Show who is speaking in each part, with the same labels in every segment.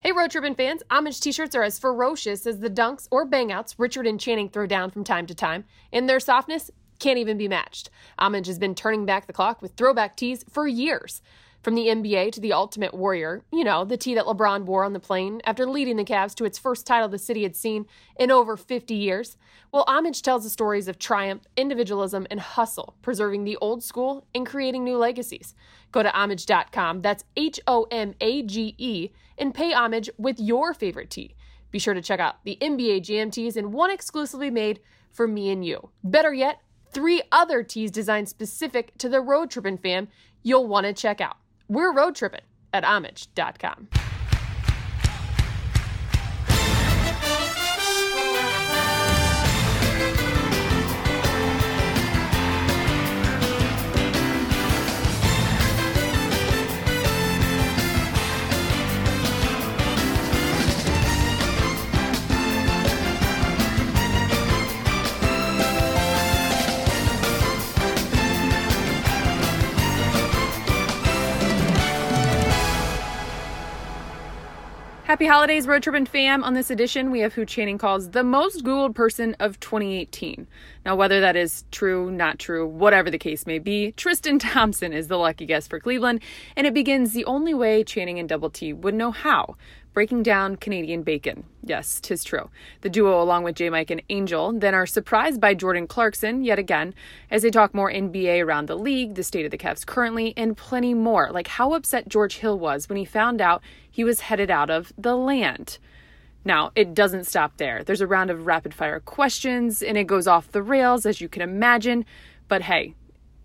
Speaker 1: Hey, Road Trippin' fans, homage t shirts are as ferocious as the dunks or bangouts Richard and Channing throw down from time to time, and their softness can't even be matched. Homage has been turning back the clock with throwback tees for years. From the NBA to the Ultimate Warrior, you know, the tee that LeBron wore on the plane after leading the Cavs to its first title the city had seen in over 50 years. Well, Homage tells the stories of triumph, individualism, and hustle, preserving the old school and creating new legacies. Go to homage.com, that's H O M A G E, and pay homage with your favorite tea. Be sure to check out the NBA Jam tees and one exclusively made for me and you. Better yet, three other tees designed specific to the road trippin' fam you'll want to check out. We're road trippin' at homage.com. Happy holidays, Road Trip and fam. On this edition, we have who Channing calls the most Googled person of 2018. Now, whether that is true, not true, whatever the case may be, Tristan Thompson is the lucky guest for Cleveland, and it begins the only way Channing and Double T would know how breaking down Canadian bacon. Yes, 'tis true. The duo, along with J Mike and Angel, then are surprised by Jordan Clarkson yet again as they talk more NBA around the league, the state of the Cavs currently, and plenty more, like how upset George Hill was when he found out he was headed out of the land. Now, it doesn't stop there. There's a round of rapid fire questions, and it goes off the rails, as you can imagine. But hey,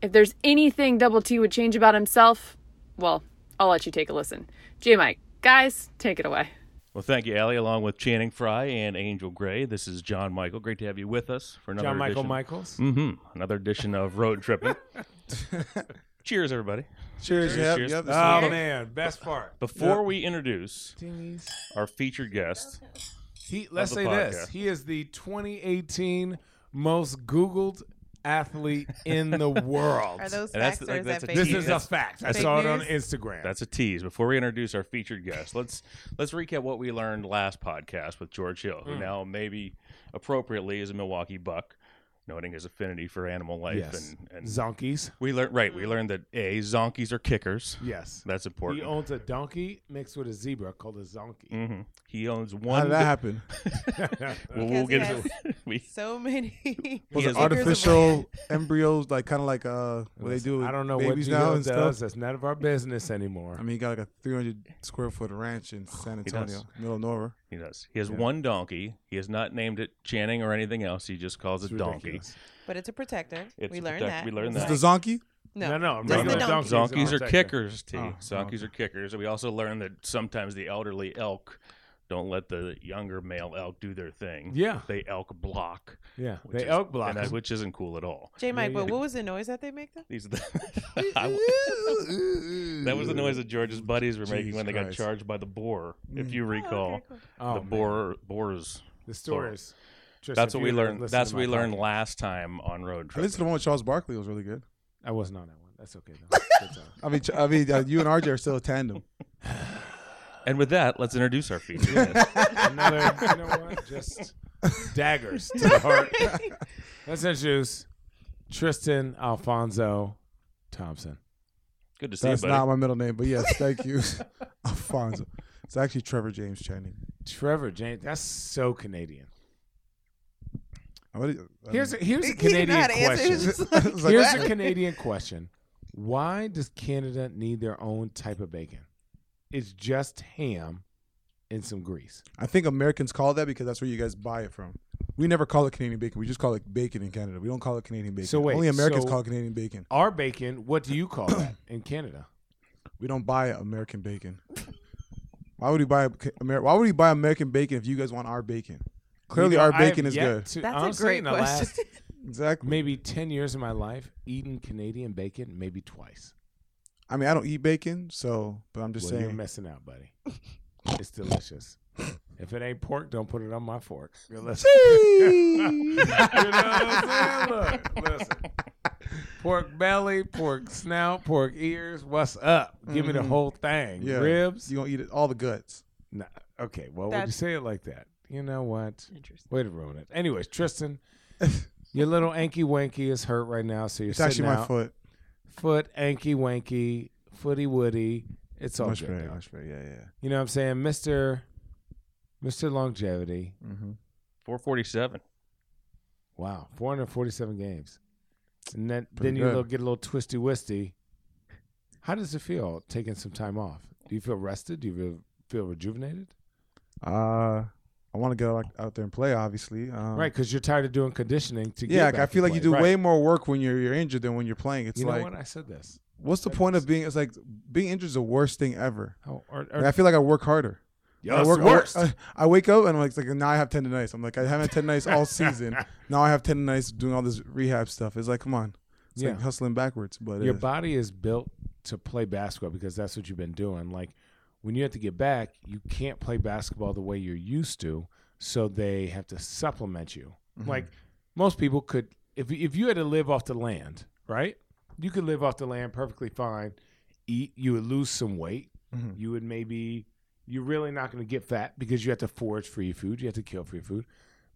Speaker 1: if there's anything Double T would change about himself, well, I'll let you take a listen. J Mike, guys, take it away.
Speaker 2: Well, thank you, Allie, along with Channing Frye and Angel Gray. This is John Michael. Great to have you with us for another
Speaker 3: John Michael
Speaker 2: edition.
Speaker 3: Michaels.
Speaker 2: Mm-hmm. Another edition of Road Tripping. Cheers, everybody.
Speaker 4: Cheers. Yep,
Speaker 2: cheers.
Speaker 4: yep, this
Speaker 3: Oh
Speaker 4: is-
Speaker 3: man, best part.
Speaker 2: Before we introduce
Speaker 4: Dingies.
Speaker 2: our featured guest,
Speaker 4: He let's
Speaker 2: the
Speaker 4: say this.
Speaker 2: podcast.
Speaker 4: He is the 2018 most Googled athlete in the world.
Speaker 5: Are those
Speaker 2: And that's
Speaker 5: facts
Speaker 2: the-
Speaker 5: or
Speaker 2: like,
Speaker 5: is
Speaker 2: that's
Speaker 5: that
Speaker 2: a-
Speaker 5: fake
Speaker 4: this
Speaker 5: news?
Speaker 4: is a fact. I
Speaker 5: Fake
Speaker 4: saw it on
Speaker 5: news?
Speaker 4: Instagram.
Speaker 2: that's a tease. Before we introduce our featured guest, let's let's recap what we learned last podcast with George Hill,
Speaker 4: Mm.
Speaker 2: who now maybe appropriately is a Milwaukee Buck, noting his affinity for animal life
Speaker 4: yes.
Speaker 2: and, and
Speaker 4: Zonkies.
Speaker 2: we learned right.
Speaker 5: Mm.
Speaker 2: We learned that a zonkies are kickers.
Speaker 4: Yes.
Speaker 2: That's important.
Speaker 4: He owns a donkey mixed with a zebra called a zonkie.
Speaker 2: hmm He owns
Speaker 6: How
Speaker 2: one.
Speaker 6: did that happen?
Speaker 2: Mm. Well, we'll
Speaker 5: Because
Speaker 2: get
Speaker 5: he
Speaker 2: into we,
Speaker 5: So many.
Speaker 2: he
Speaker 6: Was
Speaker 2: has
Speaker 6: it
Speaker 2: a-
Speaker 6: artificial embryos, like kind of like uh, what they do? With
Speaker 4: I don't know what
Speaker 6: babies
Speaker 4: he
Speaker 6: now
Speaker 4: does.
Speaker 6: and stuff.
Speaker 4: That's none of our business anymore.
Speaker 6: I mean, he got like a 300 square foot ranch in San
Speaker 2: He does.
Speaker 6: Antonio, middle of nowhere.
Speaker 2: He does. He has one donkey. He has not named it Channing or anything else. He just calls
Speaker 4: It's
Speaker 2: it donkey.
Speaker 4: ridiculous.
Speaker 5: But it's a protector.
Speaker 2: It's
Speaker 5: we
Speaker 2: a
Speaker 5: learned
Speaker 2: protect-
Speaker 5: that.
Speaker 2: we learned
Speaker 6: Is
Speaker 2: that.
Speaker 6: the zonkey?
Speaker 4: no,
Speaker 5: No,
Speaker 4: no.
Speaker 5: Just the
Speaker 4: regular
Speaker 5: donkey.
Speaker 4: donkeys
Speaker 2: Zonkies are
Speaker 4: protector.
Speaker 2: kickers. T.
Speaker 6: Oh,
Speaker 2: Zonkies are kickers. We also learned that sometimes the elderly elk don't let the younger male elk do their thing.
Speaker 4: Yeah.
Speaker 2: they elk block.
Speaker 4: Yeah,
Speaker 2: which
Speaker 4: they
Speaker 2: is-
Speaker 4: elk block.
Speaker 2: and that-
Speaker 4: him.
Speaker 2: which isn't cool at all.
Speaker 5: J Mike,
Speaker 4: Yeah, yeah.
Speaker 5: but what was the noise that they make though?
Speaker 2: These are the. I- that was the noise that George's buddies were making
Speaker 6: Jesus
Speaker 2: when they got
Speaker 6: Christ.
Speaker 2: charged by the boar, if you
Speaker 5: Oh, okay,
Speaker 2: recall.
Speaker 5: cool.
Speaker 4: Mm. Oh,
Speaker 2: the
Speaker 4: man.
Speaker 2: boar boars.
Speaker 4: The stories. Tristan,
Speaker 2: That's
Speaker 4: if
Speaker 2: what
Speaker 4: you
Speaker 2: we
Speaker 4: had
Speaker 2: learned.
Speaker 4: listened
Speaker 2: That's
Speaker 4: to
Speaker 2: what we
Speaker 4: my
Speaker 2: learned
Speaker 4: podcast-
Speaker 2: last time on road
Speaker 6: I
Speaker 2: trip.
Speaker 6: listened to the one with Charles Barkley. It was really good.
Speaker 4: I wasn't on that one. That's okay though. Good time.
Speaker 6: I mean, Ch- I mean, uh, you and RJ are still a tandem.
Speaker 2: And with that, let's introduce our feature. guest.
Speaker 4: Another, you know what? Just daggers to the heart. Let's introduce Tristan Alfonso Thompson.
Speaker 2: Good to see
Speaker 6: That's
Speaker 2: you, buddy.
Speaker 6: not my middle name, but yes, thank you, Alfonso. It's actually Trevor James Channing.
Speaker 4: Trevor James. That's so Canadian.
Speaker 6: I would- I
Speaker 4: Here's a,
Speaker 6: mean,
Speaker 4: here's a
Speaker 5: He didn't know
Speaker 4: Canadian
Speaker 5: how to answer. He was
Speaker 4: question.
Speaker 5: just like,
Speaker 6: it's like,
Speaker 4: Here's a Canadian question. Why does Canada need their own type of bacon? It's just ham and some grease.
Speaker 6: I think Americans call it that because that's where you guys buy it from. We never call it Canadian bacon. We just call it bacon in Canada. We don't call it Canadian bacon.
Speaker 4: So wait,
Speaker 6: Only Americans
Speaker 4: so-
Speaker 6: call it Canadian bacon.
Speaker 4: Our bacon, what do you call that in Canada?
Speaker 6: We don't buy American bacon. why would we buy Amer- Why would we buy American bacon if you guys want our bacon? Clearly,
Speaker 4: You know,
Speaker 6: our
Speaker 4: I have
Speaker 6: bacon is
Speaker 4: yet
Speaker 6: good.
Speaker 4: to-
Speaker 5: That's
Speaker 4: honestly,
Speaker 5: a
Speaker 4: in
Speaker 5: great
Speaker 4: the
Speaker 5: question.
Speaker 4: last
Speaker 6: Exactly.
Speaker 4: maybe 10 years of my life, eaten Canadian bacon maybe twice.
Speaker 6: I mean, I don't eat bacon, so but I'm just
Speaker 4: Well, you're
Speaker 6: saying.
Speaker 4: messing out, buddy. It's delicious. If it ain't pork, don't put it on my fork. Listen, you know what I'm saying? Look, listen. Pork belly, pork snout, pork ears. What's up? Give me the
Speaker 6: Mhm.
Speaker 4: whole thing.
Speaker 6: Yeah.
Speaker 4: Ribs.
Speaker 6: you gonna eat it, all the guts.
Speaker 4: Nah, Okay, well, when you
Speaker 5: That's-
Speaker 4: say it like that, you know what?
Speaker 5: Interesting.
Speaker 4: Way to ruin it. Anyways, Tristan, your little anky wanky is hurt right now, so you're
Speaker 6: It's
Speaker 4: sitting
Speaker 6: actually my
Speaker 4: out.
Speaker 6: foot.
Speaker 4: Foot anky wanky, footy woody. It's all
Speaker 6: Much
Speaker 4: good.
Speaker 6: better.
Speaker 4: though.
Speaker 6: Much better. Yeah, yeah.
Speaker 4: You know what I'm saying, Mister, Mister Longevity.
Speaker 6: Mm-hmm.
Speaker 2: 447.
Speaker 4: Wow, 447 games, and then
Speaker 6: Pretty
Speaker 4: then you
Speaker 6: good.
Speaker 4: little, get a little twisty wisty. How does it feel taking some time off? Do you feel rested? Do you feel, feel rejuvenated?
Speaker 6: Uh, I want to get out, out there and play, obviously. Um,
Speaker 4: right, because you're tired of doing conditioning to. get
Speaker 6: Yeah, like,
Speaker 4: back
Speaker 6: I
Speaker 4: and
Speaker 6: feel like you
Speaker 4: play.
Speaker 6: do
Speaker 4: Right.
Speaker 6: way more work when you're you're injured than when you're playing. It's
Speaker 4: You know
Speaker 6: like,
Speaker 4: what? I said this.
Speaker 6: what's the
Speaker 4: That
Speaker 6: point
Speaker 4: is-
Speaker 6: of being? It's like being injured is the worst thing ever.
Speaker 4: Oh, or,
Speaker 6: Like, I feel like I work harder. I work, I work- I, I wake up and I'm like, it's like, now I have tendonitis. I'm like, I haven't had tendonitis all season. now I have tendonitis doing all this rehab stuff. It's like, come on, it's
Speaker 4: yeah.
Speaker 6: like hustling backwards. But
Speaker 4: Your
Speaker 6: uh,
Speaker 4: body is built to play basketball because that's what you've been doing. Like when you have to get back, you can't play basketball the way you're used to, so they have to supplement you.
Speaker 6: Mhm.
Speaker 4: Like most people could, if if you had to live off the land, right? You could live off the land perfectly fine. Eat, you would lose some weight.
Speaker 6: Mhm.
Speaker 4: You would maybe you're really not going to get fat because you have to forage for your food. You have to kill for your food.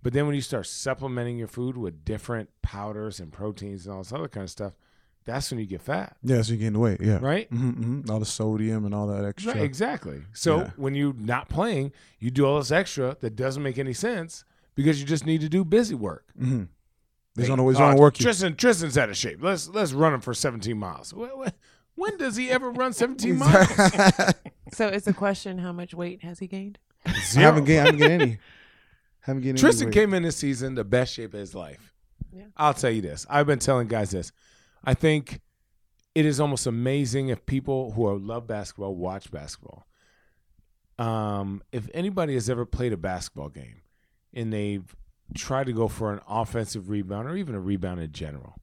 Speaker 4: But then when you start supplementing your food with different powders and proteins and all this other kind of stuff, that's when you get fat,
Speaker 6: yeah, so you gain weight. Yeah,
Speaker 4: right?
Speaker 6: hmm all the sodium and all that extra.
Speaker 4: Right, exactly. So
Speaker 6: Yeah.
Speaker 4: when you're not playing, you do all this extra that doesn't make any sense because you just need to do busy work.
Speaker 6: hmm There's
Speaker 4: Hey,
Speaker 6: no always
Speaker 4: uh,
Speaker 6: on work. You.
Speaker 4: Tristan, Tristan's out of shape. Let's let's run him for 17 miles. Wh- wh- When does he ever run 17 miles?
Speaker 5: So it's a question: How much weight has he gained?
Speaker 6: I haven't gained. I haven't gained any. haven't gained any
Speaker 4: Tristan
Speaker 6: weight.
Speaker 4: came in this season the best shape of his life.
Speaker 5: Yeah.
Speaker 4: I'll tell you this. I've been telling guys this. I think it is almost amazing if people who are, love basketball watch basketball. Um, if anybody has ever played a basketball game and they've tried to go for an offensive rebound or even a rebound in general,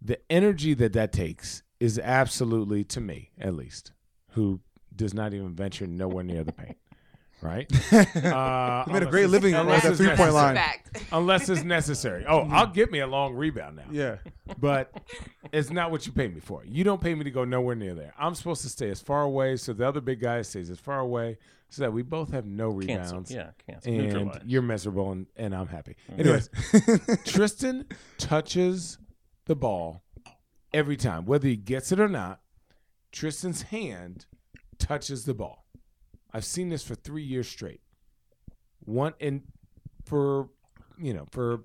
Speaker 4: the energy that that takes is absolutely, to me at least, who does not even venture nowhere near the paint, right? Uh,
Speaker 6: He made a
Speaker 4: unless
Speaker 6: great
Speaker 4: it's-
Speaker 6: living
Speaker 4: unless
Speaker 6: with that
Speaker 4: it's
Speaker 6: three point
Speaker 4: necessary.
Speaker 6: line. Mm-hmm.
Speaker 4: unless it's necessary. Oh, I'll get me a long rebound now.
Speaker 6: Yeah.
Speaker 4: But it's not what you pay me for. You don't pay me to go nowhere near there. I'm supposed to stay as far away so the other big guy stays as far away so that we both have no rebounds.
Speaker 2: Cancel. Yeah, cancel.
Speaker 4: And
Speaker 2: Neutralize.
Speaker 4: you're miserable and, and I'm happy.
Speaker 6: Mm-hmm.
Speaker 4: Anyways, Tristan touches the ball every time, whether he gets it or not. Tristan's hand touches the ball. I've seen this for three years straight. One and for you know for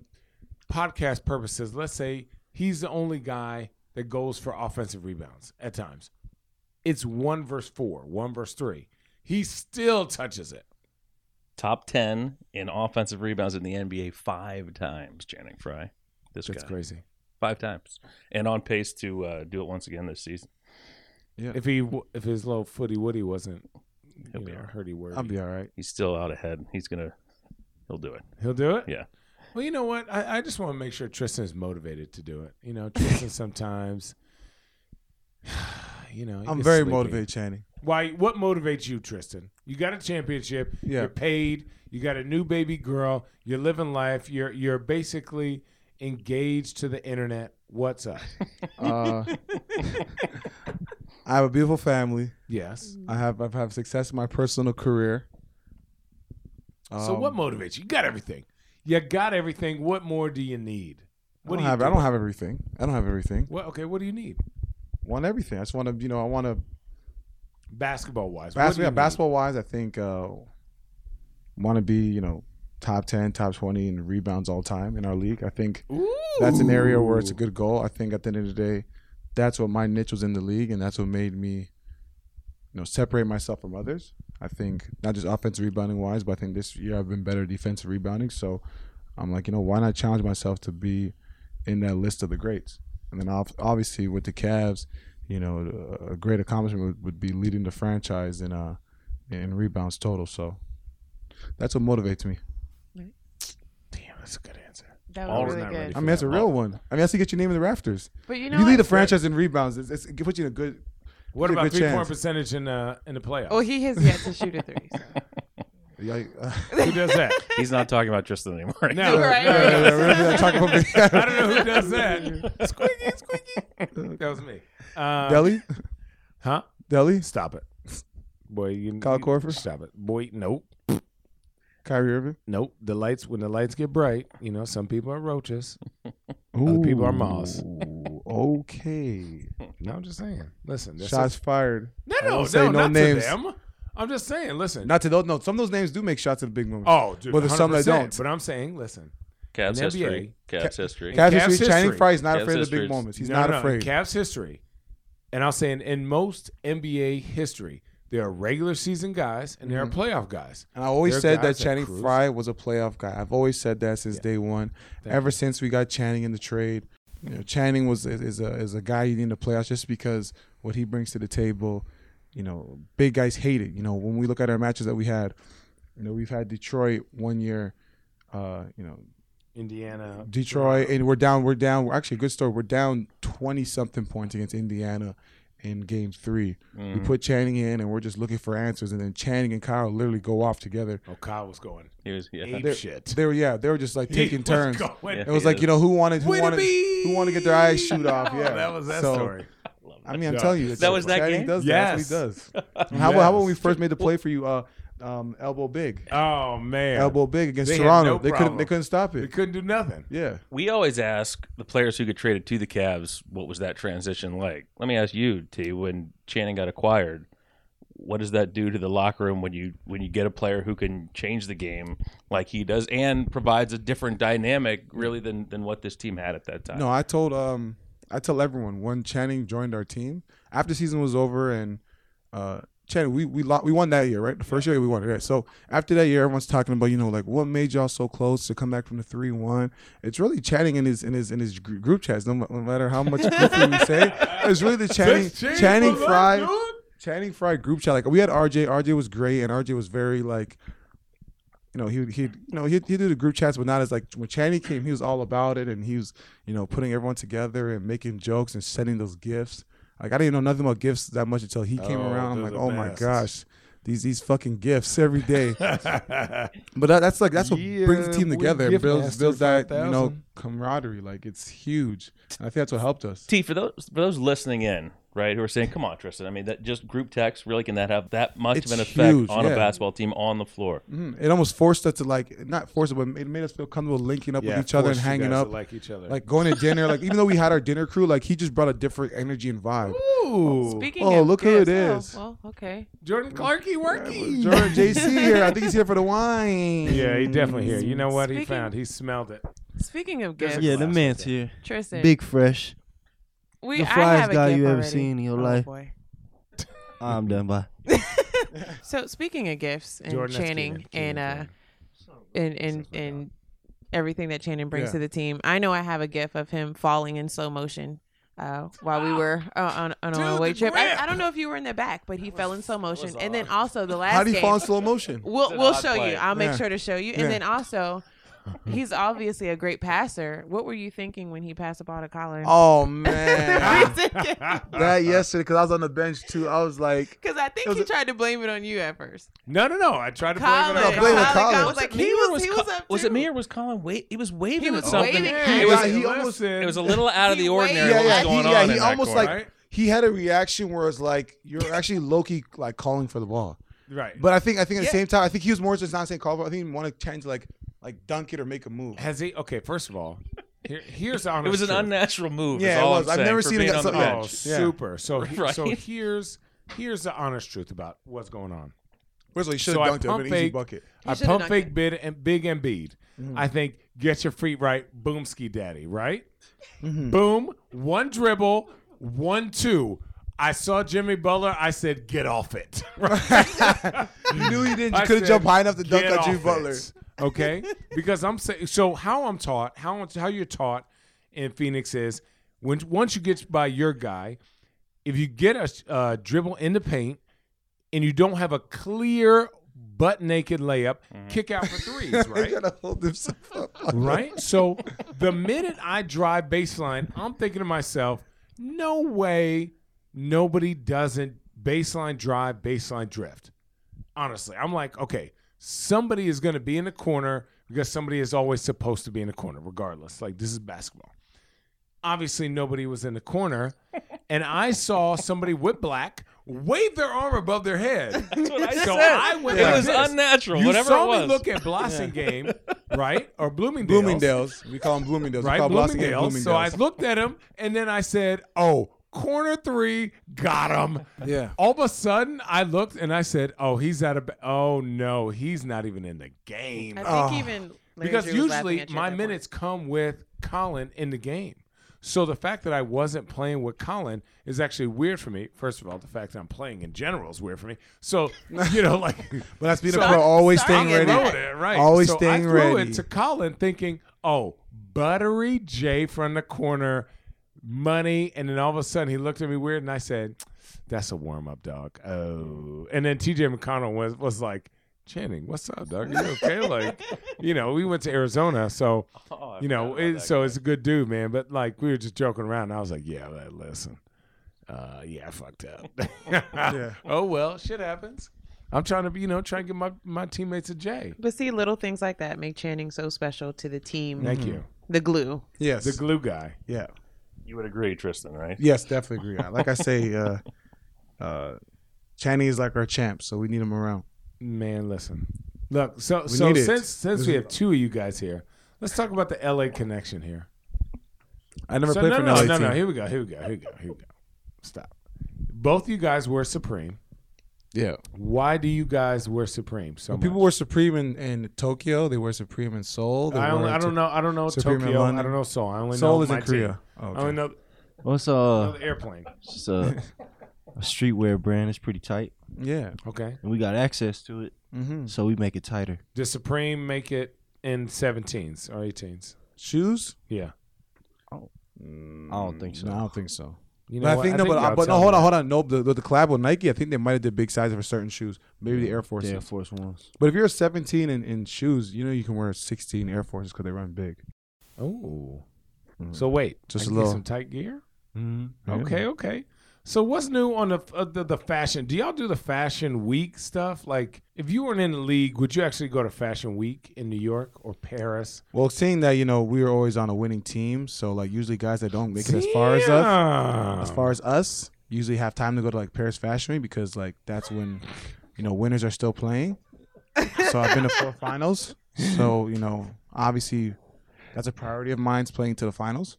Speaker 4: podcast purposes, let's say he's the only guy that goes for offensive rebounds at times. It's one verse four, one verse three. He still touches it.
Speaker 2: Top 10 in offensive rebounds in the NBA five times, Channing Frye. This
Speaker 4: That's
Speaker 2: guy.
Speaker 4: crazy.
Speaker 2: Five times. And on pace to uh, do it once again this season.
Speaker 4: If he w- if his little footy woody wasn't
Speaker 2: He'll
Speaker 4: you
Speaker 2: be
Speaker 4: know,
Speaker 2: all right.
Speaker 4: hurdy wordy,
Speaker 6: I'll be all right.
Speaker 2: He's still out ahead. He's going to, he'll do it.
Speaker 4: He'll do it?
Speaker 2: Yeah.
Speaker 4: Well, you know what? I, I just want to make sure Tristan is motivated to do it. You know, Tristan sometimes, you know, he
Speaker 6: I'm
Speaker 4: gets
Speaker 6: very
Speaker 4: sleepy.
Speaker 6: motivated, Channing.
Speaker 4: Why? What motivates you, Tristan? You got a championship.
Speaker 6: Yeah.
Speaker 4: You're paid. You got a new baby girl. You're living life. You're you're basically engaged to the internet. What's up?
Speaker 6: Uh, I have a beautiful family.
Speaker 4: yes.
Speaker 6: I have I've had success in my personal career.
Speaker 4: so
Speaker 6: Um,
Speaker 4: what motivates you? You got everything. You got everything. What more do you need? What do
Speaker 6: I don't
Speaker 4: you
Speaker 6: have
Speaker 4: do?
Speaker 6: I don't have everything. I don't have everything.
Speaker 4: What, okay. What do you need?
Speaker 6: Want everything. I just want to you know I want to
Speaker 4: Basketball wise.
Speaker 6: basketball yeah, basketball wise I think uh, want to be you know top ten top twenty in rebounds all time in our league. I think that's an area where it's a good goal. I think at the end of the day, that's what my niche was in the league, and that's what made me, you know, separate myself from others. I think not just offensive rebounding wise, but I think this year I've been better defensive rebounding. So I'm like, you know, why not challenge myself to be in that list of the greats? And then ob- obviously with the Cavs, you know, a a great accomplishment would, would be leading the franchise in uh in rebounds total. So that's what motivates me.
Speaker 4: Damn, that's a good answer.
Speaker 5: That
Speaker 2: All
Speaker 5: was really
Speaker 2: not ready
Speaker 5: good.
Speaker 6: I mean, that's a real one. I mean, that's to get your name in the rafters.
Speaker 5: But you
Speaker 6: You,
Speaker 5: know,
Speaker 6: lead
Speaker 5: what?
Speaker 6: a franchise in rebounds. It's, it's, it puts you in a good.
Speaker 4: What
Speaker 6: It's a
Speaker 4: about
Speaker 6: good
Speaker 4: three point
Speaker 6: chance.
Speaker 4: percentage in uh in the playoffs?
Speaker 5: Well, Oh, he has yet to shoot a three. so.
Speaker 6: Yeah, uh,
Speaker 4: who does that?
Speaker 2: He's not talking about Tristan anymore.
Speaker 4: No,
Speaker 5: Right.
Speaker 4: no, no, no, no. I
Speaker 6: I
Speaker 4: don't know who does that. squeaky, squeaky. That was me. Um,
Speaker 6: Delhi,
Speaker 4: Huh?
Speaker 6: Delhi.
Speaker 4: Stop it, boy. You,
Speaker 6: Kyle
Speaker 4: you-
Speaker 6: Korver?
Speaker 4: Stop it, boy. Nope.
Speaker 6: Kyrie Irving?
Speaker 4: Nope. The lights when the lights get bright, you know, some people are roaches.
Speaker 6: Ooh,
Speaker 4: people are Miles.
Speaker 6: Okay.
Speaker 4: No, I'm just saying. Listen, this
Speaker 6: Shots
Speaker 4: is-
Speaker 6: fired.
Speaker 4: no,
Speaker 6: I
Speaker 4: no, no,
Speaker 6: won't say no
Speaker 4: not
Speaker 6: names.
Speaker 4: to them. I'm just saying. Listen,
Speaker 6: Not to those. No, some of those names do make shots at the big moment.
Speaker 4: oh, dude,
Speaker 6: Well, there's some that
Speaker 4: 100%,
Speaker 6: don't.
Speaker 4: But I'm saying, listen,
Speaker 2: Cavs
Speaker 4: In the NBA,
Speaker 2: history. Cavs history.
Speaker 6: Cavs
Speaker 4: Cavs
Speaker 6: history, Channing
Speaker 4: Oh, history.
Speaker 6: Frye is not
Speaker 2: Cavs
Speaker 6: afraid of the
Speaker 2: history.
Speaker 6: big moments. He's
Speaker 4: no,
Speaker 6: not
Speaker 4: no, no,
Speaker 6: afraid.
Speaker 4: Cavs history, and I'll say in, in most NBA history, there are regular season guys and there are
Speaker 6: Mm-hmm.
Speaker 4: playoff guys.
Speaker 6: And I always
Speaker 4: Their
Speaker 6: said that
Speaker 4: guys that
Speaker 6: Channing
Speaker 4: cruise.
Speaker 6: Frye was a playoff guy. I've always said that since day one. Ever since we got Channing in the trade, you know, Channing was is is a is a guy you need in the playoffs just because what he brings to the table. You know, big guys hate it. You know, when we look at our matches that we had, you know, we've had Detroit one year. Uh, you know,
Speaker 4: Indiana,
Speaker 6: Detroit, and we're down. We're down. We're actually a good story. We're down twenty something points against Indiana in Game Three.
Speaker 4: Mm.
Speaker 6: We put Channing in, and we're just looking for answers. And then Channing and Kyle literally go off together.
Speaker 4: Oh, Kyle was going
Speaker 2: He was, yeah.
Speaker 4: ape
Speaker 6: They're-
Speaker 4: shit.
Speaker 6: They were yeah, they were just like
Speaker 4: He
Speaker 6: taking
Speaker 4: was
Speaker 6: turns.
Speaker 4: going
Speaker 2: Yeah.
Speaker 6: It was like you know who wanted who
Speaker 4: Way to
Speaker 6: wanted
Speaker 4: be.
Speaker 6: who wanted to get their eyes shoot off. Yeah,
Speaker 4: Oh, that was that
Speaker 6: So,
Speaker 4: story.
Speaker 6: I mean, I'm
Speaker 4: No.
Speaker 6: telling you, it's-
Speaker 2: That was that
Speaker 6: Channing
Speaker 2: game?
Speaker 6: Does
Speaker 4: Yes.
Speaker 6: that. That's what he does. And How about how about when we
Speaker 4: Yes.
Speaker 6: first made the play for you? Uh, um, elbow big,
Speaker 4: Oh man,
Speaker 6: elbow big against
Speaker 4: They had
Speaker 6: Toronto.
Speaker 4: no
Speaker 6: they couldn't
Speaker 4: problem.
Speaker 6: they couldn't stop
Speaker 4: We
Speaker 6: it.
Speaker 4: couldn't do nothing.
Speaker 6: Yeah.
Speaker 2: We always ask the players who get traded to the Cavs, what was that transition like? Let me ask you, T, when Channing got acquired, what does that do to the locker room when you when you get a player who can change the game like he does and provides a different dynamic really than than what this team had at that time?
Speaker 6: No, I told um I tell everyone when Channing joined our team after season was over and uh Channing we we lo- we won that year right the first year we won it right so after that year everyone's talking about you know like what made y'all so close to come back from the three one it's really Channing in his in his in his gr- group chats no, ma- no matter how much goofy you say it's really the Channing
Speaker 4: This change
Speaker 6: Channing
Speaker 4: was up,
Speaker 6: Fry
Speaker 4: dude.
Speaker 6: Channing Frye group chat. Like we had RJ. RJ was great, and RJ was very like, you know, he he you know he he did the group chats, but not as like when Channing came, he was all about it, and he was you know putting everyone together and making jokes and sending those gifts. Like I didn't know nothing about gifts that much until he came
Speaker 4: Oh,
Speaker 6: around. I'm
Speaker 4: they're
Speaker 6: like,
Speaker 4: the
Speaker 6: oh my
Speaker 4: best.
Speaker 6: gosh, these these fucking gifts every day. But that, that's like that's what brings the
Speaker 4: Yeah,
Speaker 6: team
Speaker 4: we
Speaker 6: together, and
Speaker 4: gift
Speaker 6: builds
Speaker 4: master
Speaker 6: builds that you know
Speaker 4: 5,000.
Speaker 6: camaraderie. Like it's huge. And I think that's what helped us.
Speaker 2: T, for those for those listening in, right, who are saying, "Come on, Tristan," I mean, that just group text really can that have that much
Speaker 6: It's
Speaker 2: of an effect
Speaker 6: huge,
Speaker 2: on
Speaker 6: yeah.
Speaker 2: a basketball team on the floor?
Speaker 6: Mhm. It almost forced us to like not force it, but it made us feel comfortable linking up
Speaker 4: Yeah,
Speaker 6: with each other and
Speaker 4: forced you
Speaker 6: hanging
Speaker 4: guys to
Speaker 6: up.
Speaker 4: like each other.
Speaker 6: like going to dinner. Like even though we had our dinner crew, like he just brought a different energy and vibe.
Speaker 4: ooh,
Speaker 5: Speaking
Speaker 6: Oh,
Speaker 5: of
Speaker 6: look who it
Speaker 5: PSL,
Speaker 6: is.
Speaker 5: Well, okay.
Speaker 4: Jordan Clarkey working.
Speaker 6: Jordan JC here. I think he's here for the wine.
Speaker 4: Yeah, he definitely here. You know what he
Speaker 5: Speaking-
Speaker 4: found? He smelled it.
Speaker 5: Speaking of gifts,
Speaker 3: Yeah, the man's here.
Speaker 5: Tristan,
Speaker 3: Big fresh.
Speaker 5: we,
Speaker 3: the
Speaker 5: I
Speaker 3: flyest
Speaker 5: have a
Speaker 3: guy
Speaker 5: gift
Speaker 3: you ever
Speaker 5: already.
Speaker 3: seen in your
Speaker 5: Oh,
Speaker 3: life.
Speaker 5: boy.
Speaker 3: I'm done by.
Speaker 5: So speaking of gifts and
Speaker 4: Jordan, that's
Speaker 5: Channing
Speaker 4: Keenan. Keenan,
Speaker 5: and uh and and and everything that Channing brings
Speaker 6: Yeah.
Speaker 5: to the team, I know I have a gif of him falling in slow motion. Uh, while we were uh, on, on
Speaker 4: Dude,
Speaker 5: a away
Speaker 4: the
Speaker 5: trip, I,
Speaker 4: grip.
Speaker 5: I don't know if you were in the back, but he fell in slow motion. And then also the last
Speaker 6: How do you
Speaker 5: game,
Speaker 6: fall in slow motion?
Speaker 5: We'll
Speaker 2: It's an
Speaker 5: we'll
Speaker 2: odd
Speaker 5: show
Speaker 2: play.
Speaker 5: you. I'll make
Speaker 6: Yeah.
Speaker 5: sure to show you. And
Speaker 6: Yeah.
Speaker 5: then also, he's obviously a great passer. What were you thinking when he passed the ball to Collins?
Speaker 6: Oh man,
Speaker 5: Because
Speaker 6: that yesterday because I was on the bench too. I was like,
Speaker 5: I think he tried to blame it on you at first.
Speaker 4: No, no, no. I tried to
Speaker 5: Colin,
Speaker 4: blame it on
Speaker 6: blame
Speaker 5: Colin,
Speaker 6: it on
Speaker 4: Colin.
Speaker 6: Collins.
Speaker 5: Collins,
Speaker 6: Was
Speaker 5: like
Speaker 2: it
Speaker 5: he
Speaker 2: me or
Speaker 5: was he
Speaker 2: Col-
Speaker 5: was up.
Speaker 2: was
Speaker 5: too.
Speaker 2: it me or was Colin wait? He was waving
Speaker 5: was
Speaker 2: at something.
Speaker 5: waving.
Speaker 2: It
Speaker 5: He
Speaker 2: was,
Speaker 6: Yeah, he
Speaker 4: Listen,
Speaker 6: almost-
Speaker 2: it was a little out of
Speaker 5: He
Speaker 2: the ordinary
Speaker 5: waved.
Speaker 2: what was
Speaker 5: Yeah, yeah,
Speaker 2: going
Speaker 6: he, yeah,
Speaker 2: on.
Speaker 6: he
Speaker 2: in that
Speaker 6: almost
Speaker 2: corner.
Speaker 6: like he had a reaction where it's like you're actually Loki like calling for the ball.
Speaker 4: Right.
Speaker 6: But I think I think at
Speaker 5: Yeah.
Speaker 6: the same time I think he was more just not saying call. for it. I think he wanted Channing to like like dunk it or make a move.
Speaker 4: has he? Okay, first of all, here, here's the honest.
Speaker 2: it was an
Speaker 4: truth.
Speaker 2: unnatural move.
Speaker 6: Yeah,
Speaker 2: is
Speaker 6: it
Speaker 2: all
Speaker 6: was.
Speaker 2: I'm
Speaker 6: I've never
Speaker 2: saying,
Speaker 6: seen
Speaker 2: for
Speaker 6: it
Speaker 2: being
Speaker 6: get
Speaker 2: on the
Speaker 6: so-
Speaker 2: bench.
Speaker 4: Oh,
Speaker 6: Yeah.
Speaker 4: super. So, he-
Speaker 2: Right.
Speaker 4: so here's here's the honest truth about what's going on.
Speaker 6: First of all, he should
Speaker 4: So
Speaker 6: have
Speaker 4: I
Speaker 6: dunked it. It would have been an easy
Speaker 4: pump-faked-
Speaker 6: bucket.
Speaker 4: I
Speaker 5: should've
Speaker 4: pump
Speaker 5: dunked
Speaker 4: fake
Speaker 5: it.
Speaker 4: bid and big and bead. I think get your feet right, boom ski daddy, right? Boom, one dribble, one two. I saw Jimmy Butler. I said, "Get off it!" Right?
Speaker 6: You knew he didn't.
Speaker 4: I
Speaker 6: You couldn't
Speaker 4: said,
Speaker 6: jump high enough to dunk
Speaker 4: "Get
Speaker 6: on Jimmy
Speaker 4: off
Speaker 6: Butler.
Speaker 4: it." Okay, because I'm saying so. How I'm taught, how how you're taught in Phoenix is when once you get by your guy, if you get a uh, dribble in the paint and you don't have a clear butt naked layup, kick out for threes,
Speaker 6: He
Speaker 4: right?
Speaker 6: gotta hold himself up.
Speaker 4: right? So the minute I drive baseline, I'm thinking to myself, no way nobody doesn't baseline drive, baseline drift. Honestly, I'm like, okay, somebody is going to be in the corner because somebody is always supposed to be in the corner, regardless. Like, this is basketball. Obviously, nobody was in the corner. And I saw somebody with black wave their arm above their head.
Speaker 2: That's what I
Speaker 4: so
Speaker 2: said.
Speaker 4: I went.
Speaker 2: It
Speaker 4: like
Speaker 2: was
Speaker 4: this.
Speaker 2: unnatural.
Speaker 4: You
Speaker 2: whatever
Speaker 4: saw
Speaker 2: it was.
Speaker 4: me look at Blossing Game, right, or Bloomingdale's,
Speaker 6: Bloomingdale's. We call them Bloomingdale's. we
Speaker 4: right?
Speaker 6: call
Speaker 4: Bloomingdale's.
Speaker 6: Blossingdale
Speaker 4: So I looked at him, and then I said, "Oh, corner three, got him."
Speaker 6: yeah.
Speaker 4: All of a sudden, I looked and I said, "Oh, he's out of. ba- Oh no, he's not even in the game."
Speaker 5: I think
Speaker 4: Oh.
Speaker 5: even Larry
Speaker 4: because
Speaker 5: Drew was laughing
Speaker 4: usually
Speaker 5: at you at
Speaker 4: my
Speaker 5: that point.
Speaker 4: minutes come with Colin in the game. So the fact that I wasn't playing with Colin is actually weird for me. First of all, the fact that I'm playing in general is weird for me. So you know, like,
Speaker 6: But that's being
Speaker 4: So-
Speaker 6: a pro. Always
Speaker 5: Sorry.
Speaker 6: staying
Speaker 4: I'm
Speaker 6: ready.
Speaker 4: throwing it, right?
Speaker 6: Always
Speaker 4: so
Speaker 6: staying
Speaker 4: I threw
Speaker 6: ready.
Speaker 4: it to Colin, thinking, "Oh, buttery J from the corner, money," and then all of a sudden he looked at me weird, and I said, "That's a warm up, dog." Oh, and then T.J. McConnell was was like. Channing, what's up, dog? You okay? Like, you know, we went to Arizona, so
Speaker 2: Oh, I
Speaker 4: you know,
Speaker 2: forgot about
Speaker 4: it,
Speaker 2: that
Speaker 4: so it's a good dude, man. But like we were just joking around, and I was like, "Yeah, man, listen, uh, yeah, I fucked up. Oh well, shit happens. I'm trying to, be, you know, try and get my my teammates a J.
Speaker 5: But see, little things like that make Channing so special to the team.
Speaker 4: Thank
Speaker 6: Mm-hmm.
Speaker 4: you,
Speaker 5: The glue.
Speaker 6: Yes.
Speaker 4: the glue guy.
Speaker 6: yeah.
Speaker 2: You would agree, Tristan, right?
Speaker 6: Yes, definitely agree. Like I say, uh, uh, Channing is like our champ, so we need him around.
Speaker 4: Man, listen, look. So so
Speaker 6: need it.
Speaker 4: since since we have two of you guys here, let's talk about the LA connection here.
Speaker 6: I never
Speaker 4: So
Speaker 6: played
Speaker 4: no,
Speaker 6: for
Speaker 4: no,
Speaker 6: an LA
Speaker 4: no,
Speaker 6: team.
Speaker 4: no. Here we go. Here we go. Here we go. Here we go. Stop. Both you guys were Supreme.
Speaker 6: Yeah.
Speaker 4: Why do you guys wear Supreme? So much?
Speaker 6: People were supreme in, in Tokyo. They were supreme in Seoul. They
Speaker 4: I, only,
Speaker 6: were
Speaker 4: I don't know. I don't know
Speaker 6: Supreme in
Speaker 4: Tokyo. I
Speaker 6: London.
Speaker 4: don't know Seoul. I only
Speaker 6: Seoul
Speaker 4: know
Speaker 6: is
Speaker 4: my
Speaker 6: in Korea.
Speaker 4: team.
Speaker 6: Oh,
Speaker 4: I only know,
Speaker 3: What's
Speaker 4: know
Speaker 3: uh,
Speaker 4: the airplane.
Speaker 3: just a, a streetwear brand. It's pretty tight,
Speaker 6: Yeah.
Speaker 4: Okay.
Speaker 3: and we got access to it,
Speaker 6: hmm
Speaker 3: so we make it tighter.
Speaker 4: Did Supreme make it in 17s or 18s?
Speaker 6: Shoes?
Speaker 4: Yeah.
Speaker 3: I don't think so.
Speaker 6: No, Mm, I don't think so.
Speaker 4: You
Speaker 6: but
Speaker 4: what?
Speaker 6: I think no, but, uh,
Speaker 4: y'all
Speaker 6: but no,
Speaker 4: tell
Speaker 6: hold
Speaker 4: me
Speaker 6: on, hold on. No, the, the, the collab with Nike, I think they might have did big sizes for certain shoes, maybe the Air Force.
Speaker 3: The Air Force Ones.
Speaker 6: But if you're 17 in, in shoes, you know you can wear 16 Air Forces because they run big.
Speaker 4: that. Oh. So wait,
Speaker 6: Mm.
Speaker 4: I
Speaker 6: Just a
Speaker 4: can get
Speaker 6: little-
Speaker 4: some tight gear.
Speaker 3: Mm-hmm.
Speaker 4: Okay, okay. So what's new on the, uh, the the fashion? Do y'all do the fashion week stuff? Like, if you weren't in the league, would you actually go to fashion week in New York or Paris?
Speaker 6: Well, seeing that you know we were always on a winning team, so like usually guys that don't make it as far as us,
Speaker 4: Damn.
Speaker 6: as far as us, usually have time to go to like Paris Fashion Week because like that's when you know winners are still playing. So I've been to four finals. So you know, obviously, that's a priority of mine's playing to the finals.